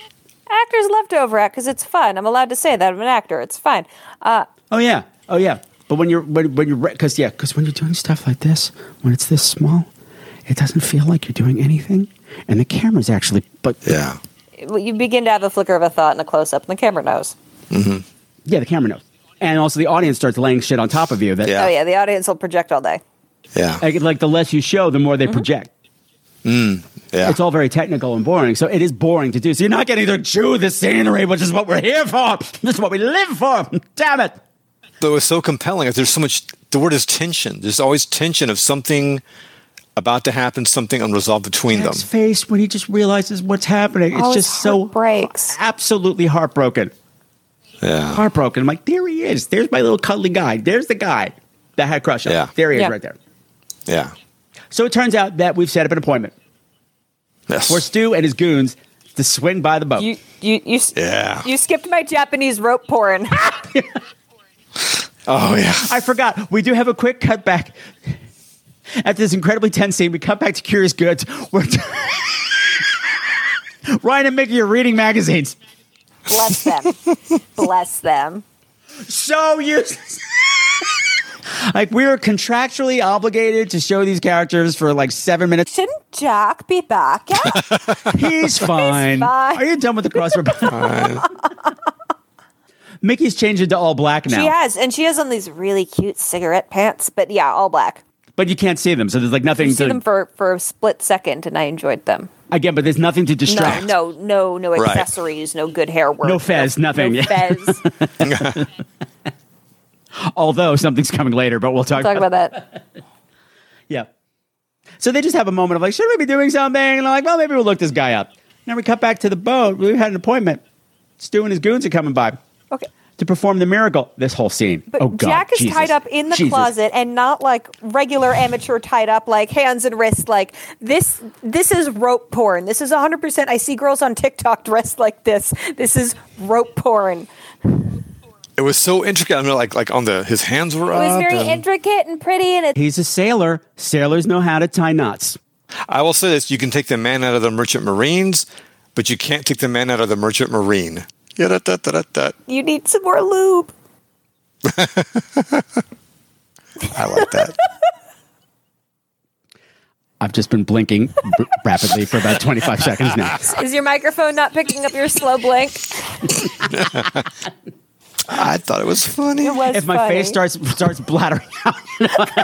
Speaker 3: Actors love to overact because it's fun. I'm allowed to say that I'm an actor. It's fine. Uh,
Speaker 2: Oh yeah, oh yeah. But when you're when, when you're because yeah, because when you're doing stuff like this, when it's this small, it doesn't feel like you're doing anything, and the camera's actually but
Speaker 4: yeah,
Speaker 3: you begin to have a flicker of a thought and a close up, and the camera knows.
Speaker 2: mm-hmm. yeah, the camera knows, and also the audience starts laying shit on top of you. That
Speaker 3: Oh yeah, the audience will project all day.
Speaker 4: Yeah.
Speaker 2: Like, like the less you show, the more they project.
Speaker 4: Mm, yeah.
Speaker 2: It's all very technical and boring. So it is boring to do. So you're not getting to chew the scenery, which is what we're here for. This is what we live for. Damn it.
Speaker 4: But it was so compelling. There's so much. The word is tension. There's always tension of something about to happen, something unresolved between them.
Speaker 2: His face when he just realizes what's happening. It's
Speaker 4: Oh, his
Speaker 2: just so
Speaker 3: breaks.
Speaker 2: absolutely heartbroken.
Speaker 4: Yeah.
Speaker 2: Heartbroken. I'm like, there he is. There's my little cuddly guy. There's the guy that had a crush on. Yeah. There he
Speaker 4: Yeah.
Speaker 2: is right there.
Speaker 4: Yeah.
Speaker 2: So it turns out that we've set up an appointment
Speaker 4: yes.
Speaker 2: for Stu and his goons to swing by the boat.
Speaker 3: You you you
Speaker 4: yeah.
Speaker 3: You skipped my Japanese rope porn.
Speaker 4: Oh yeah.
Speaker 2: I forgot. We do have a quick cut back. After this incredibly tense scene, we cut back to Curious Goods. Where Ryan and Mickey are reading magazines.
Speaker 3: Bless them. Bless them.
Speaker 2: So useless. Like we were contractually obligated to show these characters for like seven minutes.
Speaker 3: Shouldn't Jack be back? yet?
Speaker 2: He's fine. Are you done with the crossword? Mickey's changed into all black now,
Speaker 3: She has, and she has on these really cute cigarette pants, but yeah, all black.
Speaker 2: but you can't see them, so there's like nothing
Speaker 3: You see
Speaker 2: to
Speaker 3: them for, for a split second, and I enjoyed them.
Speaker 2: again. But there's nothing to distract.
Speaker 3: No, no, no, no
Speaker 2: Right.
Speaker 3: accessories, no good hair work.
Speaker 2: No fez, nothing.
Speaker 3: no
Speaker 2: Yeah.
Speaker 3: fez.
Speaker 2: Although something's coming later, but we'll talk,
Speaker 3: Talk
Speaker 2: about,
Speaker 3: about that.
Speaker 2: Yeah. So they just have a moment of like, should we be doing something? And I'm like, well, maybe we'll look this guy up. Now we cut back to the boat. We had an appointment. Stu and his goons are coming by.
Speaker 3: Okay.
Speaker 2: to perform the miracle. This whole scene.
Speaker 3: But
Speaker 2: oh, God,
Speaker 3: Jack is
Speaker 2: Jesus,
Speaker 3: tied up in the
Speaker 2: Jesus.
Speaker 3: closet and not like regular amateur tied up, like hands and wrists. Like this, this is rope porn. This is 100%. I see girls on TikTok dressed like this. This is rope porn.
Speaker 4: It was so intricate. I mean, like like on the his hands were
Speaker 3: It was
Speaker 4: up.
Speaker 3: very
Speaker 4: and-
Speaker 3: intricate and pretty, and it,
Speaker 2: He's a sailor. Sailors know how to tie knots.
Speaker 4: I will say this: you can take the man out of the merchant marines, but you can't take the man out of the merchant marine. Yeah, that that that that.
Speaker 3: you need some more lube.
Speaker 4: I like that.
Speaker 2: I've just been blinking b- rapidly for about 25 seconds now.
Speaker 3: Is your microphone not picking up your slow blink?
Speaker 4: I thought it was funny.
Speaker 3: It was
Speaker 2: if my
Speaker 3: funny.
Speaker 2: face starts starts blattering out,
Speaker 4: blattering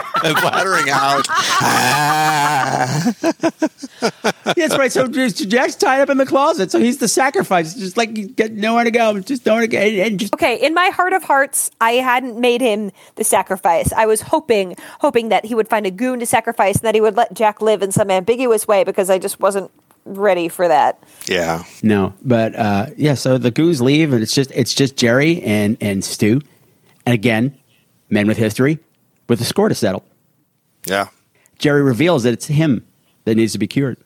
Speaker 4: out. Ah.
Speaker 2: That's right. So just- Jack's tied up in the closet, so he's the sacrifice. Just like you get nowhere to go, just nowhere to go, and, and just
Speaker 3: Okay, in my heart of hearts, I hadn't made him the sacrifice. I was hoping, hoping that he would find a goon to sacrifice and that he would let Jack live in some ambiguous way because I just wasn't ready for that.
Speaker 4: yeah.
Speaker 2: No, but uh, yeah. So the goons leave, and it's just it's just Jerry and and Stu, and again, men with history, with a score to settle.
Speaker 4: Yeah.
Speaker 2: Jerry reveals that it's him that needs to be cured,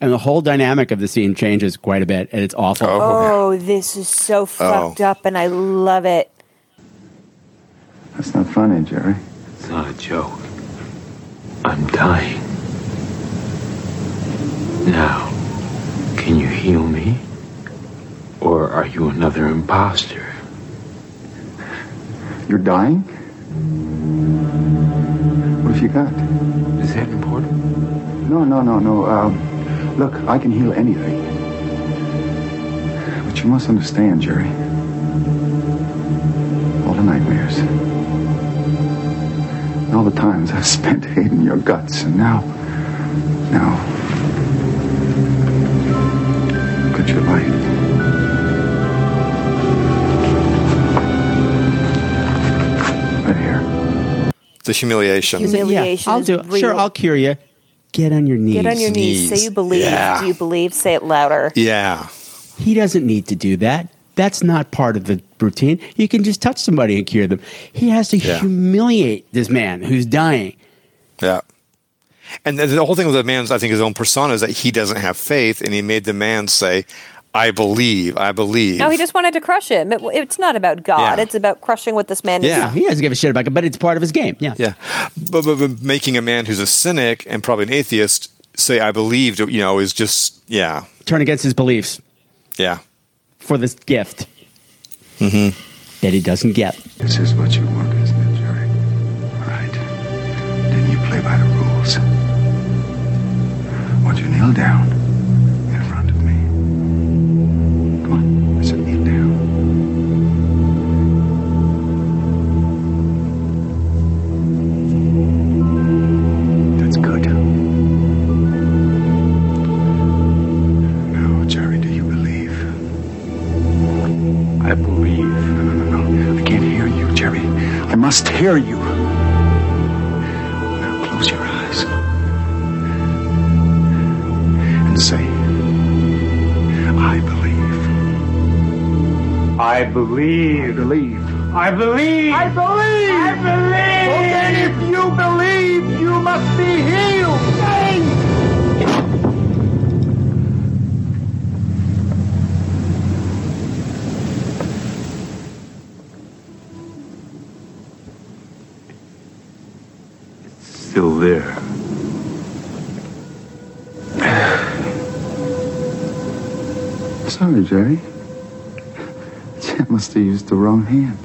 Speaker 2: and the whole dynamic of the scene changes quite a bit, and it's awful.
Speaker 3: Oh, this is so fucked up and I love it.
Speaker 7: That's not funny, Jerry.
Speaker 12: It's not a joke. I'm dying. Now, can you heal me? Or are you another imposter?
Speaker 7: You're dying? What have you got?
Speaker 12: Is that important?
Speaker 7: No, no, no, no. Um, look, I can heal anything. But you must understand, Jerry. All the nightmares. And all the times I've spent hating your guts, and now. Now. Look at your life. Right here.
Speaker 4: The humiliation.
Speaker 3: Humiliation
Speaker 2: I'll
Speaker 3: is
Speaker 2: do it. Sure,
Speaker 3: real.
Speaker 2: I'll cure you. Get on your knees.
Speaker 3: Get on your knees. Say you believe.
Speaker 2: Yeah.
Speaker 3: Do you believe? Say it louder.
Speaker 4: Yeah.
Speaker 2: He doesn't need to do that. That's not part of the routine. You can just touch somebody and cure them. He has to
Speaker 4: Yeah.
Speaker 2: humiliate this man who's dying.
Speaker 4: Yeah. And the, the whole thing with the man's, I think, his own persona is that he doesn't have faith, and he made the man say, "I believe, I believe."
Speaker 3: No, he just wanted to crush him. It, it's not about God.
Speaker 4: Yeah.
Speaker 3: It's about crushing what this man
Speaker 4: Yeah.
Speaker 3: is.
Speaker 2: He doesn't give a shit about it, but it's part of his game. Yeah.
Speaker 4: yeah, but, but, but making a man who's a cynic and probably an atheist say, "I believed," you know, is just yeah,
Speaker 2: Turn against his beliefs
Speaker 4: yeah.
Speaker 2: for this gift
Speaker 4: Mm-hmm.
Speaker 2: that he doesn't get.
Speaker 7: This is what you want, isn't it, Jerry? All right. Then you play by the rules. I want you to kneel down in front of me. Come on. I said kneel down. That's good. Now, Jerry, do you believe? I believe. No, no, no, no. I can't hear you, Jerry. I must hear you. Now close your eyes. And say, I believe.
Speaker 6: I believe. I believe. I believe. I believe. I believe.
Speaker 11: Well, then if you believe, you must be healed. Faith.
Speaker 12: Still there.
Speaker 7: Sorry, Jerry. I must have used the wrong hand.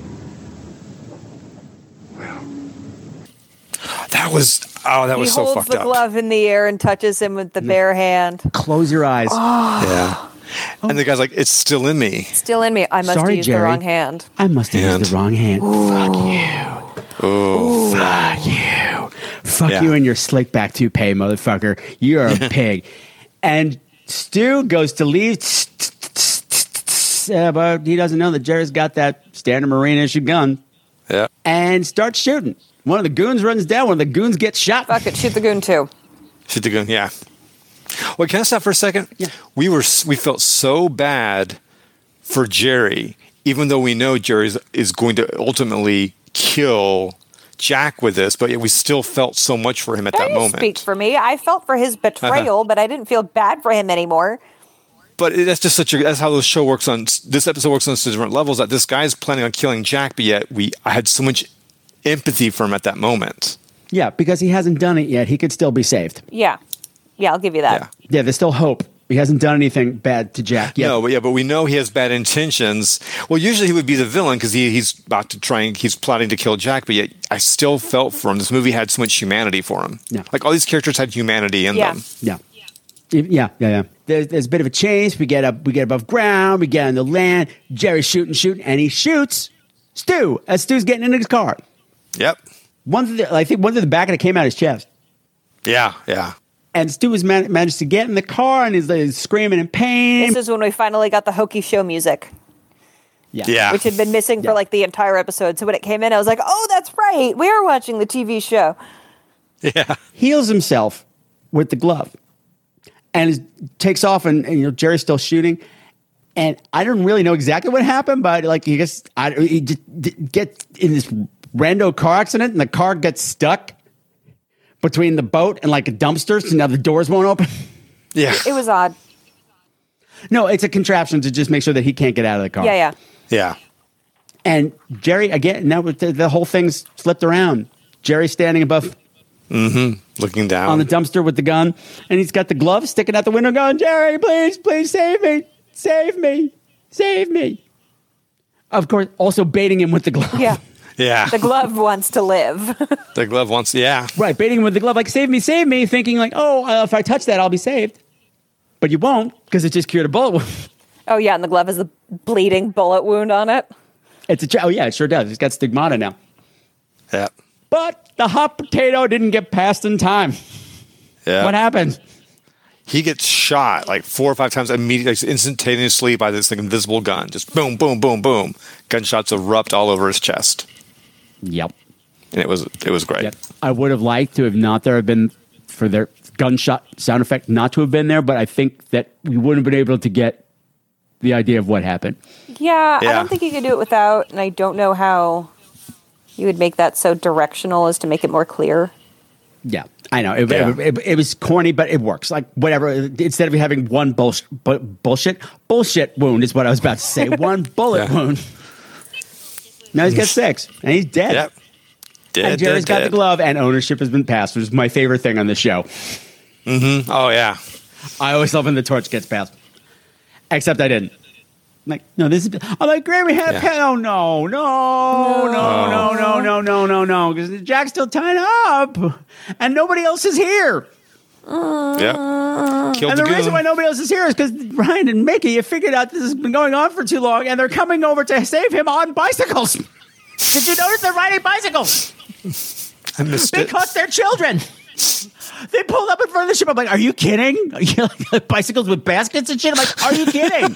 Speaker 4: That was oh, that
Speaker 3: he
Speaker 4: was so
Speaker 3: holds
Speaker 4: fucked
Speaker 3: the
Speaker 4: up.
Speaker 3: glove in the air and touches him with the bare hand.
Speaker 2: Close your eyes.
Speaker 4: Yeah.
Speaker 3: Oh.
Speaker 4: And the guy's like, "It's still in me."
Speaker 3: Still in me. I must
Speaker 2: Sorry,
Speaker 3: use the
Speaker 2: Jerry.
Speaker 3: wrong hand.
Speaker 2: I must have used the wrong hand.
Speaker 4: Oh,
Speaker 2: Fuck you. Fuck
Speaker 4: Yeah.
Speaker 2: you and your slick back toupee, motherfucker. You're a pig. And Stu goes to leave. Uh, but he doesn't know that Jerry's got that standard Marine issue gun
Speaker 4: yeah.
Speaker 2: and starts shooting. One of the goons runs down. One of the goons gets shot.
Speaker 3: Fuck it. Shoot the goon too.
Speaker 4: Shoot the gun. Yeah. Wait, can I stop for a second? Yeah. We were s- we felt so bad for Jerry, even though we know Jerry is, is going to ultimately kill Jack with this, but yet we still felt so much for him at
Speaker 3: That Uh-huh.
Speaker 4: that
Speaker 3: didn't
Speaker 4: moment.
Speaker 3: Speak for me. I felt for his betrayal, but I didn't feel bad for him anymore.
Speaker 4: But it- that's just such a that's how the show works on this episode works on such different levels that this guy's planning on killing Jack, but yet we I had so much empathy for him at that moment.
Speaker 2: Yeah, because he hasn't done it yet. He could still be saved.
Speaker 3: Yeah, yeah, I'll give you that.
Speaker 2: Yeah, there's still hope. He hasn't done anything bad to Jack yet.
Speaker 4: No, but yeah, but we know he has bad intentions. Well, usually he would be the villain because he, he's about to try and he's plotting to kill Jack, but yet I still felt for him. This movie had so much humanity for him. Yeah. Like all these characters had humanity in them.
Speaker 2: Yeah. Yeah. Yeah. Yeah. There's, there's a bit of a change. We get up, we get above ground, we get on the land. Jerry's shooting, shooting, and he shoots Stu as Stu's getting into his car.
Speaker 4: Yep.
Speaker 2: One through the, I think one through the back of it came out his chest.
Speaker 4: Yeah, yeah.
Speaker 2: And Stu was man- managed to get in the car and he's, like, screaming in pain.
Speaker 3: This is when we finally got the hokey show music,
Speaker 2: yeah.
Speaker 3: which had been missing for like the entire episode. So when it came in, I was like, "Oh, that's right. We are watching the TV show."
Speaker 4: Yeah.
Speaker 2: Heals himself with the glove and is- takes off, and, and, you know Jerry's still shooting. And I didn't really know exactly what happened, but like he gets, I, he just d- gets in this rando car accident, and the car gets stuck between the boat and like a dumpster, so now the doors won't open.
Speaker 4: Yeah.
Speaker 3: It was odd.
Speaker 2: No, it's a contraption to just make sure that he can't get out of the car.
Speaker 3: Yeah, yeah.
Speaker 4: Yeah.
Speaker 2: And Jerry again, now with the, the whole thing's flipped around. Jerry's standing above
Speaker 4: Mm-hmm. Looking down.
Speaker 2: on the dumpster with the gun, and he's got the glove sticking out the window, going, "Jerry, please, please save me, save me, save me." Of course, also baiting him with the glove.
Speaker 3: Yeah,
Speaker 4: yeah.
Speaker 3: the glove wants to live.
Speaker 4: The glove wants yeah.
Speaker 2: Right, baiting him with the glove, like "Save me, save me," thinking like, "Oh, uh, if I touch that, I'll be saved." But you won't, because it just cured a bullet. wound.
Speaker 3: oh yeah, and the glove has the bleeding bullet wound on it.
Speaker 2: it's a ch- oh yeah, it sure does. It's got stigmata now.
Speaker 4: Yeah.
Speaker 2: But the hot potato didn't get passed in time.
Speaker 4: Yeah.
Speaker 2: What happened?
Speaker 4: He gets shot like four or five times immediately, like, instantaneously by this like, invisible gun. Just boom, boom, boom, boom. Gunshots erupt all over his chest.
Speaker 2: Yep.
Speaker 4: And it was it was great.
Speaker 2: I would have liked to have not there have been for their gunshot sound effect not to have been there, but I think that we wouldn't have been able to get the idea of what happened.
Speaker 3: Yeah, I
Speaker 2: Yeah.
Speaker 3: don't think you could do it without, and I don't know how you would make that so directional as to make it more clear.
Speaker 2: Yeah, I know it,
Speaker 3: Yeah.
Speaker 2: it, it- it was corny, but it works. Like whatever, instead of having one bullsh- bu- bullshit bullshit wound is what I was about to say. one bullet wound. Now he's got six, and he's dead.
Speaker 4: Yep. Dead,
Speaker 2: and Jerry's
Speaker 4: dead,
Speaker 2: got the
Speaker 4: dead.
Speaker 2: glove, and ownership has been passed, which is my favorite thing on the show.
Speaker 4: Mm-hmm. Oh yeah.
Speaker 2: I always love when the torch gets passed. Except I didn't. I'm like, no, this is. I'm like, great, we had
Speaker 11: Yeah.
Speaker 2: a pen. Oh, no, no, no, no, no, no, no, no, no. Because Jack's still tied up, and nobody else is here.
Speaker 4: Yeah.
Speaker 2: Ah.
Speaker 4: Killed
Speaker 2: and the,
Speaker 4: the
Speaker 2: reason
Speaker 4: goon.
Speaker 2: why nobody else is here is because Ryan and Mickey have figured out this has been going on for too long, and they're coming over to save him on bicycles. Did you notice they're riding bicycles?
Speaker 4: I missed
Speaker 2: they
Speaker 4: it.
Speaker 2: caught their children. They pulled up in front of the ship. I'm like, are you kidding? Are you like, bicycles with baskets and shit. I'm like, are you kidding?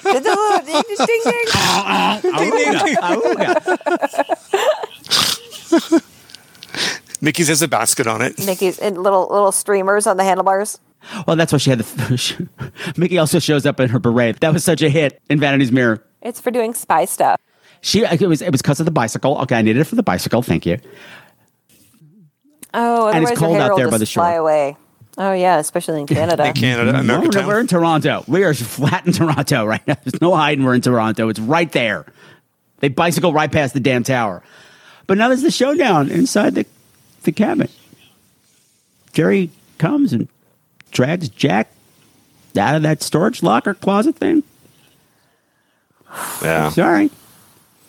Speaker 4: Mickey's has a basket on it.
Speaker 3: Mickey's and little little streamers on the handlebars.
Speaker 2: well, that's why she had the. Mickey also shows up in her beret. That was such a hit in Vanity's Mirror.
Speaker 3: It's for doing spy stuff.
Speaker 2: She it was it was because of the bicycle. Okay, I needed it for the bicycle. Thank you.
Speaker 3: Oh,
Speaker 2: And
Speaker 3: otherwise
Speaker 2: it's cold
Speaker 3: your hair
Speaker 2: out
Speaker 3: will
Speaker 2: there by
Speaker 3: just
Speaker 2: the shore.
Speaker 3: fly away. Oh yeah, especially in Canada.
Speaker 4: Uh,
Speaker 2: no, no, we're in Toronto. We are flat in Toronto right now. There's no hiding. We're in Toronto. It's right there. They bicycle right past the damn tower. But now there's the showdown inside the the cabin. Jerry comes and drags Jack out of that storage locker closet thing.
Speaker 4: Yeah.
Speaker 2: Sorry.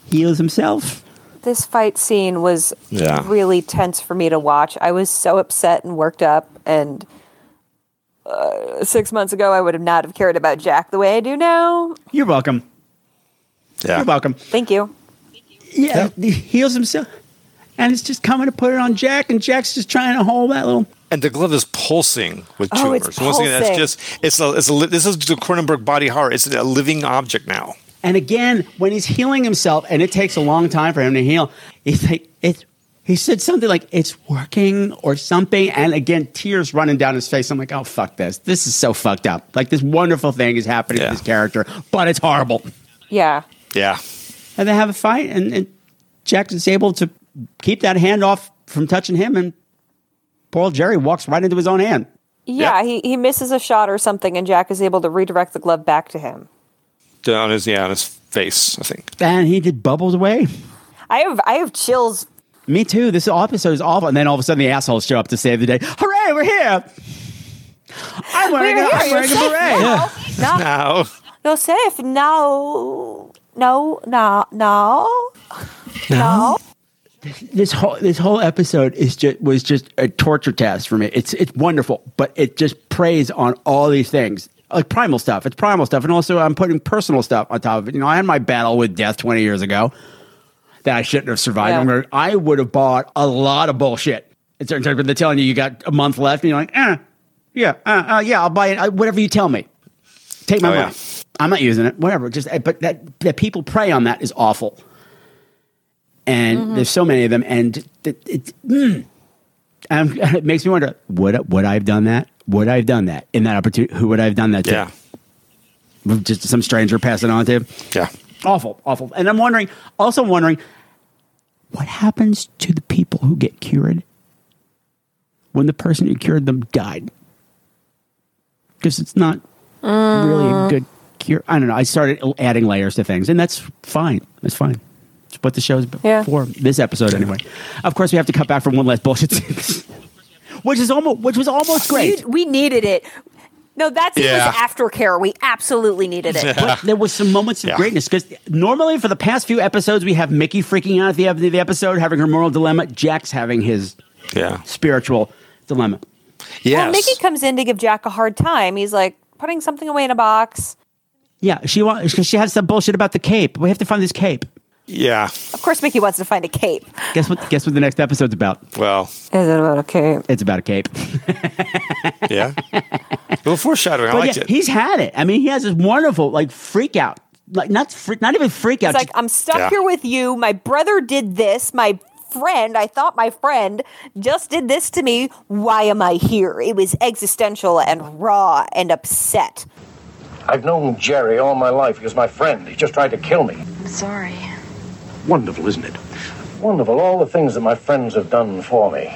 Speaker 2: Heals himself.
Speaker 3: This fight scene was
Speaker 2: Yeah.
Speaker 3: really tense for me to watch. I was so upset and worked up. And uh, six months ago, I would have not have cared about Jack the way I do now.
Speaker 2: You're welcome.
Speaker 4: Yeah.
Speaker 2: You're welcome.
Speaker 3: Thank you.
Speaker 2: Yeah, he heals himself. And it's just coming to put it on Jack, and Jack's just trying to hold that little
Speaker 4: And the glove is pulsing with
Speaker 2: Oh,
Speaker 4: tumors.
Speaker 2: it's
Speaker 4: Once again,
Speaker 2: pulsing.
Speaker 4: that's just it's a, it's a li- this is the Cronenberg body horror. It's a living object now.
Speaker 2: And again, when he's healing himself, and it takes a long time for him to heal, he's like, it, he said something like, it's working or something. And again, tears running down his face. I'm like, oh, fuck this. This is so fucked up. Like, this wonderful thing is happening to this character, but it's horrible.
Speaker 3: Yeah.
Speaker 4: Yeah.
Speaker 2: and they have a fight, and, and Jackson's able to keep that hand off from touching him, and Paul Jerry walks right into his own hand.
Speaker 3: Yeah, he, he misses a shot or something, and Jack is able to redirect the glove back to him.
Speaker 4: Down his yeah, on his face, I think.
Speaker 2: And he did bubbles away.
Speaker 3: I have I have chills.
Speaker 2: Me too. This episode is awful. And then all of a sudden, the assholes show up to save the day. Hooray, we're here! I'm wearing,
Speaker 3: We're
Speaker 2: a,
Speaker 3: here,
Speaker 2: I'm
Speaker 3: you're
Speaker 2: wearing a
Speaker 3: safe
Speaker 2: beret.
Speaker 3: now. Now- You're safe now. No, no, no. No.
Speaker 2: This whole this whole episode is just was just a torture test for me. It's it's wonderful, but it just preys on all these things. Like primal stuff. It's primal stuff. And also I'm putting personal stuff on top of it. You know, I had my battle with death 20 years ago that I shouldn't have survived.
Speaker 13: Yeah.
Speaker 2: I'm gonna- I would have bought a lot of bullshit. It's they're telling you you got a month left and you're like, eh, yeah, uh, uh, yeah, I'll buy it. I, whatever you tell me. Take my
Speaker 4: Oh, yeah.
Speaker 2: money. I'm not using it. Whatever. Just eh, but that that people prey on that is awful and
Speaker 4: Mm-hmm.
Speaker 13: Mhm.
Speaker 2: there's so many of them, and it, it, mm. Um, it makes me wonder would would I have done that? Would I have done that in that opportunity? Who would I have done that to?
Speaker 4: Yeah.
Speaker 2: With Just some stranger passing on to?
Speaker 4: Yeah,
Speaker 2: awful, awful. And I'm wondering, also wondering, what happens to the people who get cured when the person who cured them died? Because it's not really a good cure. I don't know. I started adding layers to things, and that's fine. That's fine. It's what the show's
Speaker 13: Yeah.
Speaker 2: for. This episode, anyway. Of course, we have to cut back from one last bullshit, scene, which is almost which was almost great.
Speaker 3: You- we needed it. No, that's
Speaker 2: Yeah.
Speaker 3: was aftercare. We absolutely needed it.
Speaker 2: But there was some moments of greatness because normally for the past few episodes we have Mickey freaking out at the end of the episode, having her moral dilemma. Jack's having his
Speaker 4: yeah
Speaker 2: spiritual dilemma.
Speaker 3: Well, Mickey comes in to give Jack a hard time. He's like putting something away in a box.
Speaker 2: yeah, she wants because she has some bullshit about the cape. We have to find this cape.
Speaker 4: yeah.
Speaker 3: Of course, Mickey wants to find a cape.
Speaker 2: Guess what? Guess what the next episode's about?
Speaker 4: Well,
Speaker 3: is it about a cape?
Speaker 2: It's about a cape.
Speaker 4: yeah. little foreshadowing. I
Speaker 2: But
Speaker 4: liked
Speaker 2: yeah,
Speaker 4: it.
Speaker 2: he's had it. I mean, he has this wonderful like freak out, like not freak, not even freak
Speaker 3: He's
Speaker 2: out.
Speaker 3: like,
Speaker 2: just-
Speaker 3: I'm stuck
Speaker 2: Yeah.
Speaker 3: here with you. My brother did this. My friend, I thought my friend just did this to me. Why am I here? It was existential and raw and upset.
Speaker 9: I've known Jerry all my life. He was my friend. He just tried to kill me.
Speaker 10: I'm sorry.
Speaker 9: Wonderful, isn't it? Wonderful, all the things that my friends have done for me.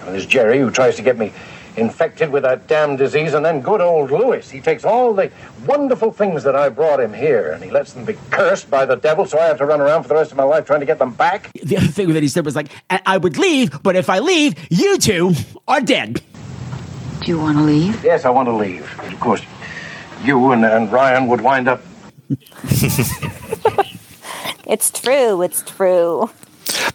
Speaker 9: And there's Jerry who tries to get me infected with that damn disease, and then good old Louis. He takes all the wonderful things that I brought him here, and he lets them be cursed by the devil, so I have to run around for the rest of my life trying to get them back.
Speaker 2: the other thing that he said was like, I I would leave, but if I leave, you two are dead.
Speaker 9: Do you want to leave? Yes, I want to leave. But of course, you and, and Ryan would wind up.
Speaker 3: It's true. It's true.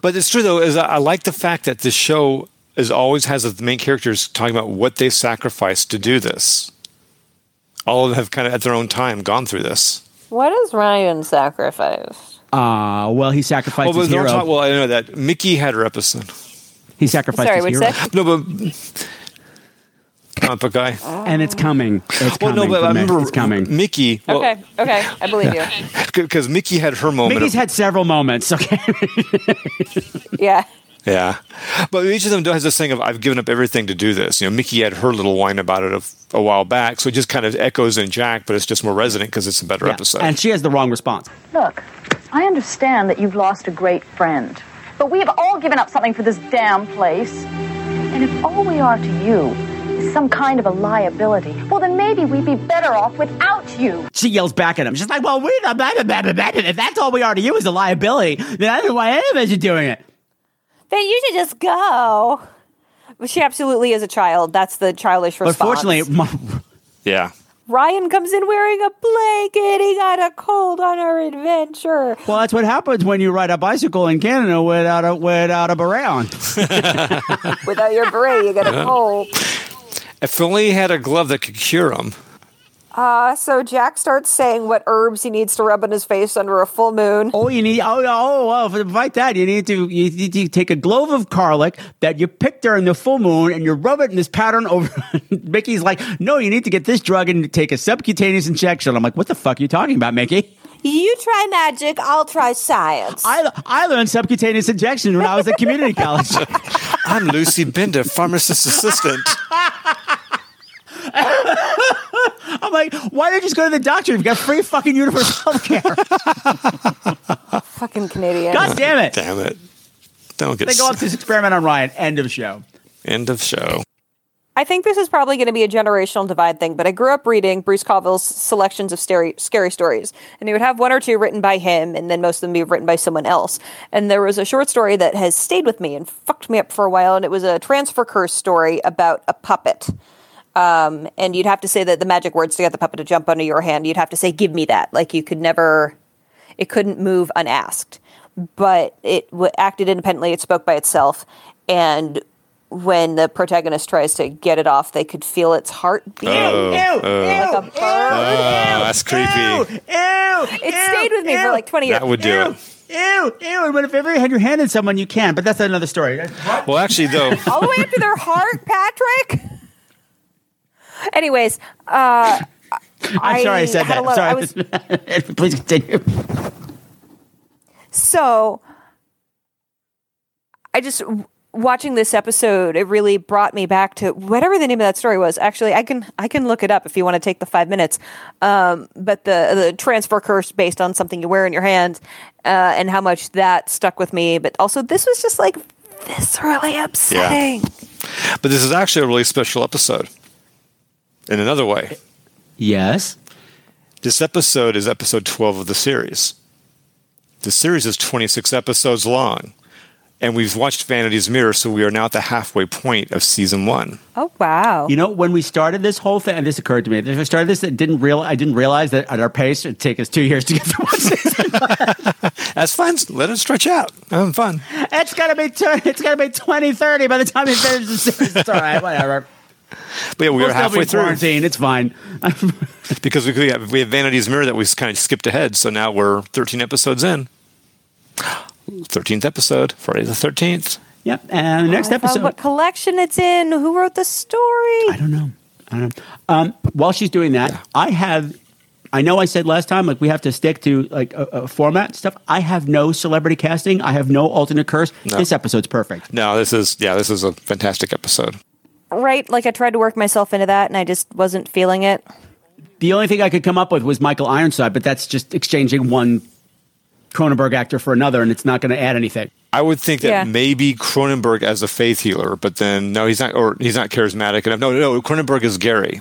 Speaker 4: But it's true though, is I, I like the fact that the show is always has the main characters talking about what they sacrificed to do this. All of them have kind of at their own time gone through this.
Speaker 3: What is Ryan sacrifice?
Speaker 2: Ah, well, he sacrificed
Speaker 4: well,
Speaker 2: his
Speaker 4: but they're
Speaker 2: hero.
Speaker 4: talking- well, I know that Mickey had her episode.
Speaker 2: he sacrificed
Speaker 3: Sorry,
Speaker 2: his
Speaker 3: what'd
Speaker 2: hero.
Speaker 3: you say?
Speaker 4: No, but comic book guy.
Speaker 2: And it's coming. It's
Speaker 4: Well,
Speaker 2: coming.
Speaker 4: no, but
Speaker 2: for
Speaker 4: I
Speaker 2: me.
Speaker 4: remember
Speaker 2: it's coming.
Speaker 4: Mickey.
Speaker 2: Oh.
Speaker 3: okay. Okay. I believe you.
Speaker 4: Because Mickey had her moment.
Speaker 2: Mickey's
Speaker 4: of-
Speaker 2: had several moments. Okay.
Speaker 3: Yeah.
Speaker 4: Yeah, but each of them has this thing of "I've given up everything to do this." You know, Mickey had her little whine about it a, a while back, so it just kind of echoes in Jack, but it's just more resonant because it's a better episode.
Speaker 2: And she has the wrong response.
Speaker 10: Look, I understand that you've lost a great friend, but we have all given up something for this damn place. And if all we are to you is some kind of a liability, well, then maybe we'd be better off without you.
Speaker 2: She yells back at him. She's like, "Well, we're the blah, blah, blah, blah, blah. if that's all we are to you is a liability, then I don't know why any of us are doing it."
Speaker 3: Then you should just go. But She absolutely is a child. That's the childish response.
Speaker 2: But fortunately, my-
Speaker 4: yeah,
Speaker 3: Ryan comes in wearing a blanket. He got a cold on our adventure.
Speaker 2: well, that's what happens when you ride a bicycle in Canada without a without a beret on.
Speaker 3: Without your beret, you get a
Speaker 4: Yeah.
Speaker 3: cold.
Speaker 4: if only he had a glove that could cure him.
Speaker 3: Uh, so Jack starts saying what herbs he needs to rub on his face under a full moon.
Speaker 2: Oh, you need oh oh well for the fight that you need to you need to take a glove of garlic that you pick during the full moon and you rub it in this pattern over. Mickey's like, no, you need to get this drug and take a subcutaneous injection. I'm like, what the fuck are you talking about, Mickey?
Speaker 3: You try magic, I'll try science.
Speaker 2: I I learned subcutaneous injection when I was at community college.
Speaker 4: I'm Lucy Bender, pharmacist assistant. Oh,
Speaker 2: I'm like, why don't you just go to the doctor? You've got free fucking universal health care.
Speaker 3: Fucking Canadian.
Speaker 2: God damn it.
Speaker 4: Damn it. Don't get
Speaker 2: They go
Speaker 4: s-
Speaker 2: off this experiment on Ryan. End of show.
Speaker 4: End of show.
Speaker 3: I think this is probably going to be a generational divide thing, but I grew up reading Bruce Colville's selections of scary, scary stories, and he would have one or two written by him, and then most of them be written by someone else. And there was a short story that has stayed with me and fucked me up for a while, and it was a transfer curse story about a puppet. Um, and you'd have to say that the magic words to get the puppet to jump under your hand. You'd have to say, "Give me that." Like you could never, it couldn't move unasked, but it w- acted independently. It spoke by itself, and when the protagonist tries to get it off, they could feel its heart beating.
Speaker 4: Oh, oh.
Speaker 3: like a bird.
Speaker 4: Oh, that's creepy.
Speaker 3: it stayed with me for like 20 years.
Speaker 4: That would do it.
Speaker 2: Ew, ew. But if you ever had your hand in someone, you can. But that's another story.
Speaker 4: Well, actually, though,
Speaker 3: All the way up to their heart, Patrick. Anyways, uh,
Speaker 2: I'm sorry I said
Speaker 3: had a
Speaker 2: that.
Speaker 3: lot-
Speaker 2: sorry.
Speaker 3: I was
Speaker 2: Please continue.
Speaker 3: So I just w- watching this episode, it really brought me back to whatever the name of that story was. Actually, I can I can look it up if you want to take the five minutes. Um, but the the transfer curse based on something you wear in your hand, uh, and how much that stuck with me. But also, this was just like viscerally upsetting.
Speaker 4: but this is actually a really special episode in another way.
Speaker 2: Yes.
Speaker 4: This episode is episode 12 of the series. The series is 26 episodes long, and we've watched Vanity's Mirror, so we are now at the halfway point of season one.
Speaker 3: Oh wow!
Speaker 2: You know, when we started this whole thing, and this occurred to me, when I started this, it didn't real, I didn't realize that at our pace, it'd take us two years to get through one season.
Speaker 4: That's fun. Let it stretch out. Having fun.
Speaker 2: It's gonna be two, it's gonna be twenty thirty by the time you finish the season. It's all right, whatever.
Speaker 4: But yeah, we
Speaker 2: We'll
Speaker 4: are
Speaker 2: still be
Speaker 4: halfway
Speaker 2: in
Speaker 4: through.
Speaker 2: quarantine. It's fine.
Speaker 4: because we, we, have, we have Vanity's Mirror that we kind of skipped ahead, so now we're 13 episodes in. 13th episode, Friday the 13th.
Speaker 2: Yep. And the next
Speaker 3: I found
Speaker 2: episode,
Speaker 3: what collection it's in? Who wrote the story? I
Speaker 2: don't know. I don't know. Um, while she's doing that, I have. I know I said last time like we have to stick to like a, a format stuff. I have no celebrity casting. I have no alternate curse.
Speaker 4: No.
Speaker 2: This episode's perfect.
Speaker 4: No, this is, yeah, this is a fantastic episode.
Speaker 3: Right? Like I tried to work myself into that, and I just wasn't feeling it.
Speaker 2: The only thing I could come up with was Michael Ironside, but that's just exchanging one Cronenberg actor for another, and it's not going to add anything.
Speaker 4: I would think that
Speaker 2: Yeah.
Speaker 4: maybe Cronenberg as a faith healer, but then no, he's not, or he's not charismatic enough. No, no, Cronenberg is Gary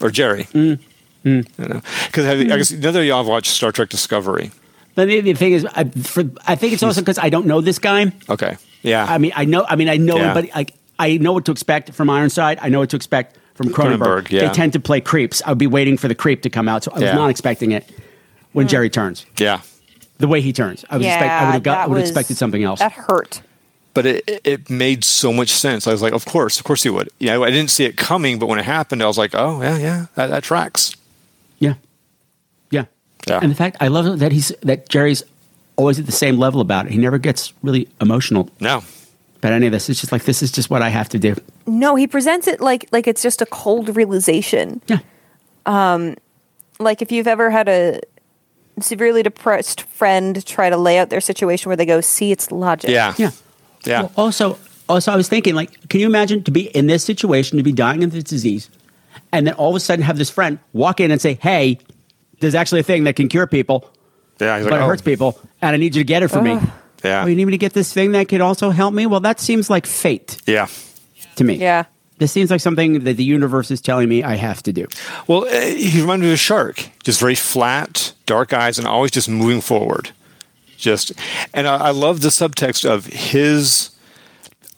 Speaker 4: or Jerry.
Speaker 2: Mm,
Speaker 4: Because I guess another y'all have watched Star Trek Discovery.
Speaker 2: But the, the thing is, I, for, I think it's also because I don't know this guy.
Speaker 4: Okay. Yeah.
Speaker 2: I mean, I know. I mean, I know
Speaker 4: Ah. Yeah.
Speaker 2: him, but like, I know what to expect from Ironside. I know what to expect from Cronenberg.
Speaker 4: Cronenberg, yeah.
Speaker 2: They tend to play creeps. I'd be waiting for the creep to come out, so I was
Speaker 4: Yeah.
Speaker 2: not expecting it when Jerry turns.
Speaker 4: Yeah.
Speaker 2: The way he turns, I would expect. I would have got. I
Speaker 3: that
Speaker 2: would have
Speaker 3: was-
Speaker 2: expected something else.
Speaker 3: That hurt.
Speaker 4: but it it made so much sense. I was like, of course, of course he would. You know, I didn't see it coming, but when it happened, I was like, oh yeah, yeah, that, that tracks.
Speaker 2: Yeah, yeah,
Speaker 4: yeah.
Speaker 2: And the fact I love that he's that Jerry's always at the same level about it. He never gets really emotional.
Speaker 4: No.
Speaker 2: About any of this, it's just like this is just what I have to do.
Speaker 3: No, he presents it like like it's just a cold realization.
Speaker 2: Yeah.
Speaker 3: Um, like if you've ever had a severely depressed friend try to lay out their situation where they go, see its logic.
Speaker 2: Yeah.
Speaker 4: Yeah.
Speaker 2: Well, oh, also, also, I was thinking, like, can you imagine to be in this situation, to be dying of this disease, and then all of a sudden have this friend walk in and say, "Hey, there's actually a thing that can cure people,
Speaker 4: Yeah,
Speaker 2: but
Speaker 4: he's like,
Speaker 2: it
Speaker 4: oh.
Speaker 2: hurts people, and I need you to get it for me."
Speaker 4: Ugh. Yeah.
Speaker 2: Oh, you need me to get this thing that could also help me? Well, that seems like fate
Speaker 4: Yeah.
Speaker 2: to me.
Speaker 3: Yeah.
Speaker 2: This seems like something that the universe is telling me I have to do.
Speaker 4: Well, eh, he reminded me of a shark, just very flat, dark eyes, and always just moving forward. Just, and I, I love the subtext of his.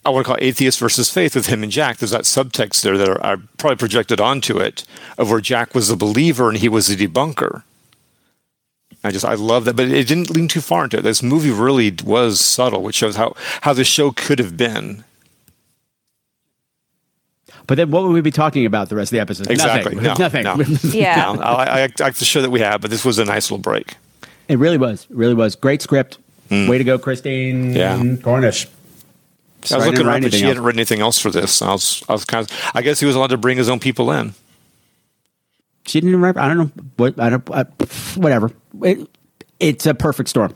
Speaker 4: I want to call it atheist versus faith with him and Jack. There's that subtext there that I probably projected onto it of where Jack was a believer and he was a debunker. I just I love that, but it didn't lean too far into it. This movie really was subtle, which shows how how the show could have been.
Speaker 2: But then, what would we be talking about the rest of the episode?
Speaker 4: Exactly,
Speaker 2: Nothing.
Speaker 4: No,
Speaker 2: Nothing.
Speaker 4: no.
Speaker 2: Yeah.
Speaker 4: No, I, I, I like the show that we have, but this was a nice little break.
Speaker 2: It really was. It really was. Great script. Way to go, Christine
Speaker 4: Mm. Yeah.
Speaker 2: Cornish.
Speaker 4: I was
Speaker 2: Sorry I didn't
Speaker 4: looking
Speaker 2: write
Speaker 4: around, but
Speaker 2: anything
Speaker 4: she
Speaker 2: else.
Speaker 4: hadn't written anything else for this. I was, I was kind of, I guess he was allowed to bring his own people in.
Speaker 2: She didn't remember. I don't know. What, I don't, I, whatever. It, it's a perfect storm.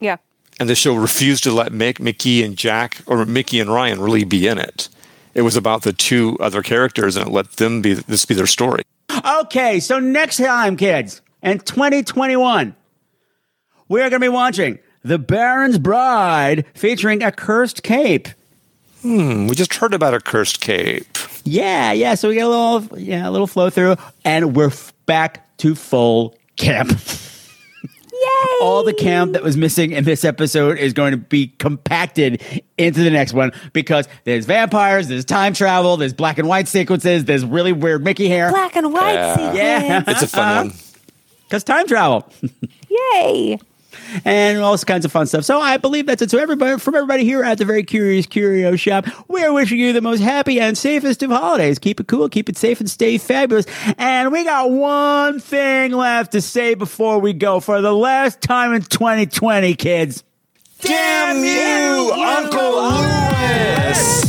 Speaker 3: Yeah.
Speaker 4: And the show refused to let Mick, Mickey and Jack or Mickey and Ryan really be in it. It was about the two other characters, and it let them be this be their story.
Speaker 2: Okay, so next time, kids, in 2021, we are going to be watching The Baron's Bride featuring a cursed cape.
Speaker 4: Hmm, we just heard about a cursed cape.
Speaker 2: Yeah, yeah. So we get a little, yeah, a little flow through, and we're f- back to full camp. Yay! All the camp that was missing in this episode is going to be compacted into the next one because there's vampires, there's time travel, there's black and white sequences, there's really weird Mickey hair.
Speaker 3: Black and white sequence.
Speaker 2: Yeah,
Speaker 4: It's a fun one.
Speaker 2: Because time travel.
Speaker 3: Yay!
Speaker 2: and all kinds of fun stuff. So I believe that's it. So everybody, from everybody here at the Very Curious Curio Shop, we're wishing you the most happy and safest of holidays. Keep it cool, keep it safe, and stay fabulous. And we got one thing left to say before we go for the last time in 2020, kids.
Speaker 4: Damn you, Uncle Lewis!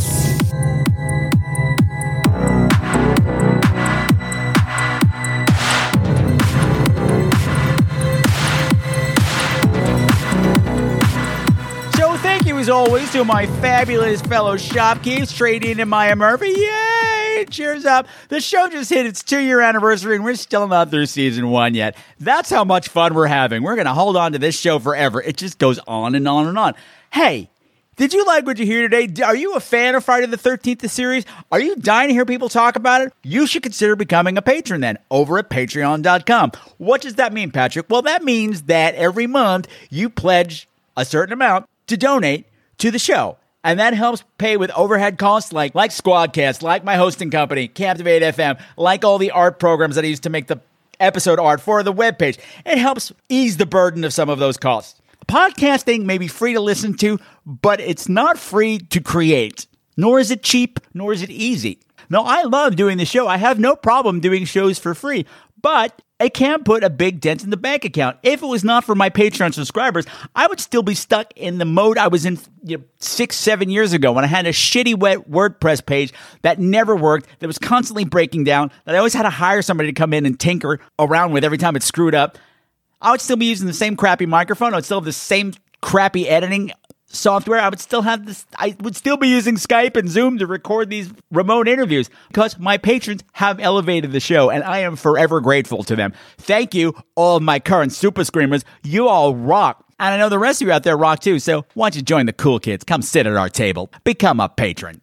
Speaker 2: So thank you as always to my fabulous fellow shopkeepers, Trading and Maya Murphy. Yay! Cheers up. The show just hit its two year anniversary and we're still not through season one yet. That's how much fun we're having. We're going to hold on to this show forever. It just goes on and on and on. Hey, did you like what you hear today? D- Are you a fan of Friday the 13th, the series? Are you dying to hear people talk about it? You should consider becoming a patron then over at patreon.com. What does that mean, Patrick? Well, that means that every month you pledge a certain amount to donate to the show. And that helps pay with overhead costs like, like Squadcast, like my hosting company, Captivate FM, like all the art programs that I use to make the episode art for the webpage. It helps ease the burden of some of those costs. Podcasting may be free to listen to, but it's not free to create, nor is it cheap, nor is it easy. Now, I love doing the show. I have no problem doing shows for free, but it can put a big dent in the bank account. If it was not for my Patreon subscribers, I would still be stuck in the mode I was in you know, six, seven years ago when I had a shitty wet WordPress page that never worked, that was constantly breaking down, that I always had to hire somebody to come in and tinker around with every time it screwed up. I would still be using the same crappy microphone. I would still have the same crappy editing software. I would still have this. I would still be using Skype and Zoom to record these remote interviews because my patrons have elevated the show, and I am forever grateful to them. Thank you, all of my current super screamers. You all rock. And I know the rest of you out there rock too. So why don't you join the cool kids? Come sit at our table. Become a patron.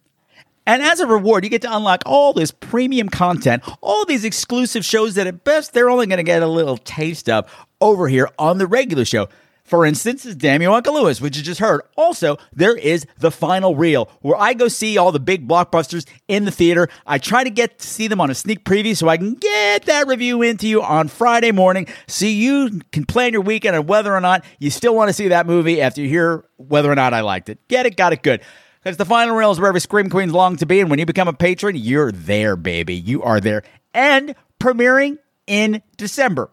Speaker 2: And as a reward, you get to unlock all this premium content, all these exclusive shows that at best they're only going to get a little taste of over here on the regular show. For instance, is Damn You Uncle Lewis, which you just heard. Also, there is The Final Reel, where I go see all the big blockbusters in the theater. I try to get to see them on a sneak preview so I can get that review into you on Friday morning so you can plan your weekend on whether or not you still want to see that movie after you hear whether or not I liked it. Get it, got it, good. Because the final rail is where every Scream Queen's long to be. And when you become a patron, you're there, baby. You are there. And premiering in December.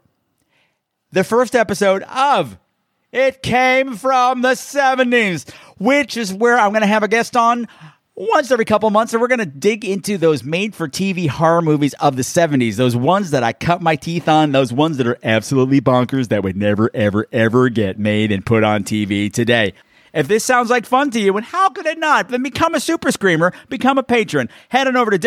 Speaker 2: The first episode of It Came From the 70s, which is where I'm going to have a guest on once every couple months. And we're going to dig into those made for TV horror movies of the 70s, those ones that I cut my teeth on, those ones that are absolutely bonkers that would never, ever, ever get made and put on TV today. If this sounds like fun to you, and how could it not? Then become a super screamer, become a patron. Head on over to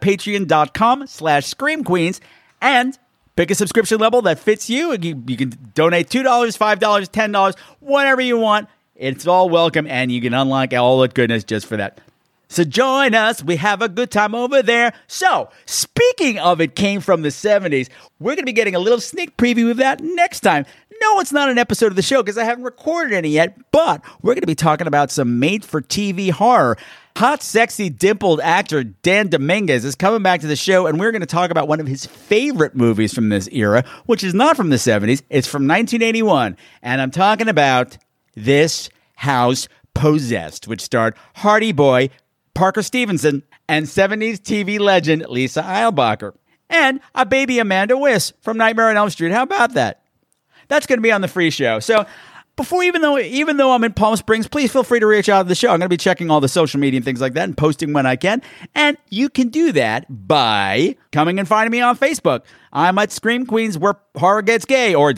Speaker 2: www.patreon.com slash scream queens and pick a subscription level that fits you. You, you can donate $2, $5, $10, whatever you want. It's all welcome, and you can unlock all the goodness just for that. So join us. We have a good time over there. So, speaking of it came from the 70s, we're going to be getting a little sneak preview of that next time. No, it's not an episode of the show because I haven't recorded any yet, but we're going to be talking about some made for TV horror. Hot, sexy, dimpled actor Dan Dominguez is coming back to the show, and we're going to talk about one of his favorite movies from this era, which is not from the 70s, it's from 1981. And I'm talking about This House Possessed, which starred Hardy Boy, Parker Stevenson, and 70s TV legend Lisa Eilbacher. And a baby Amanda Wiss from Nightmare on Elm Street. How about that? That's going to be on the free show. So before even though even though I'm in Palm Springs, please feel free to reach out to the show. I'm going to be checking all the social media and things like that and posting when I can. And you can do that by coming and finding me on Facebook. I'm at Scream Queens where horror gets gay or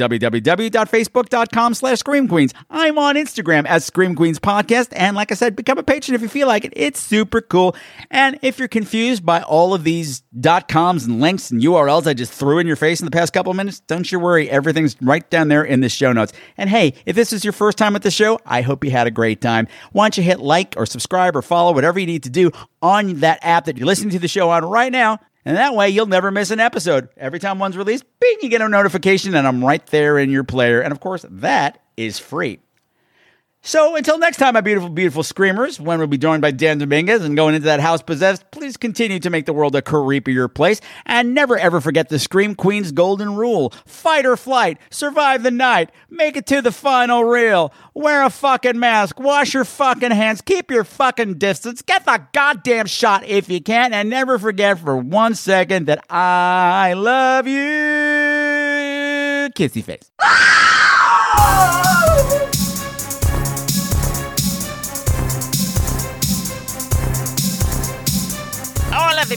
Speaker 2: www.facebook.com slash Scream Queens. I'm on Instagram as Scream Queens Podcast. And like I said, become a patron if you feel like it. It's super cool. And if you're confused by all of these dot coms and links and URLs I just threw in your face in the past couple of minutes, don't you worry. Everything's right down there in the show notes. And hey, if this is your first time at the show, I hope you had a great time. Why don't you hit like or subscribe or follow, whatever you need to do on that app that you're listening to the show on right now. And that way, you'll never miss an episode. Every time one's released, bing, you get a notification, and I'm right there in your player. And of course, that is free. So until next time, my beautiful, beautiful screamers, when we'll be joined by Dan Dominguez and going into that house possessed, please continue to make the world a creepier place. And never ever forget the Scream Queen's golden rule fight or flight, survive the night, make it to the final reel, wear a fucking mask, wash your fucking hands, keep your fucking distance, get the goddamn shot if you can, and never forget for one second that I love you, kissy face.
Speaker 14: All of the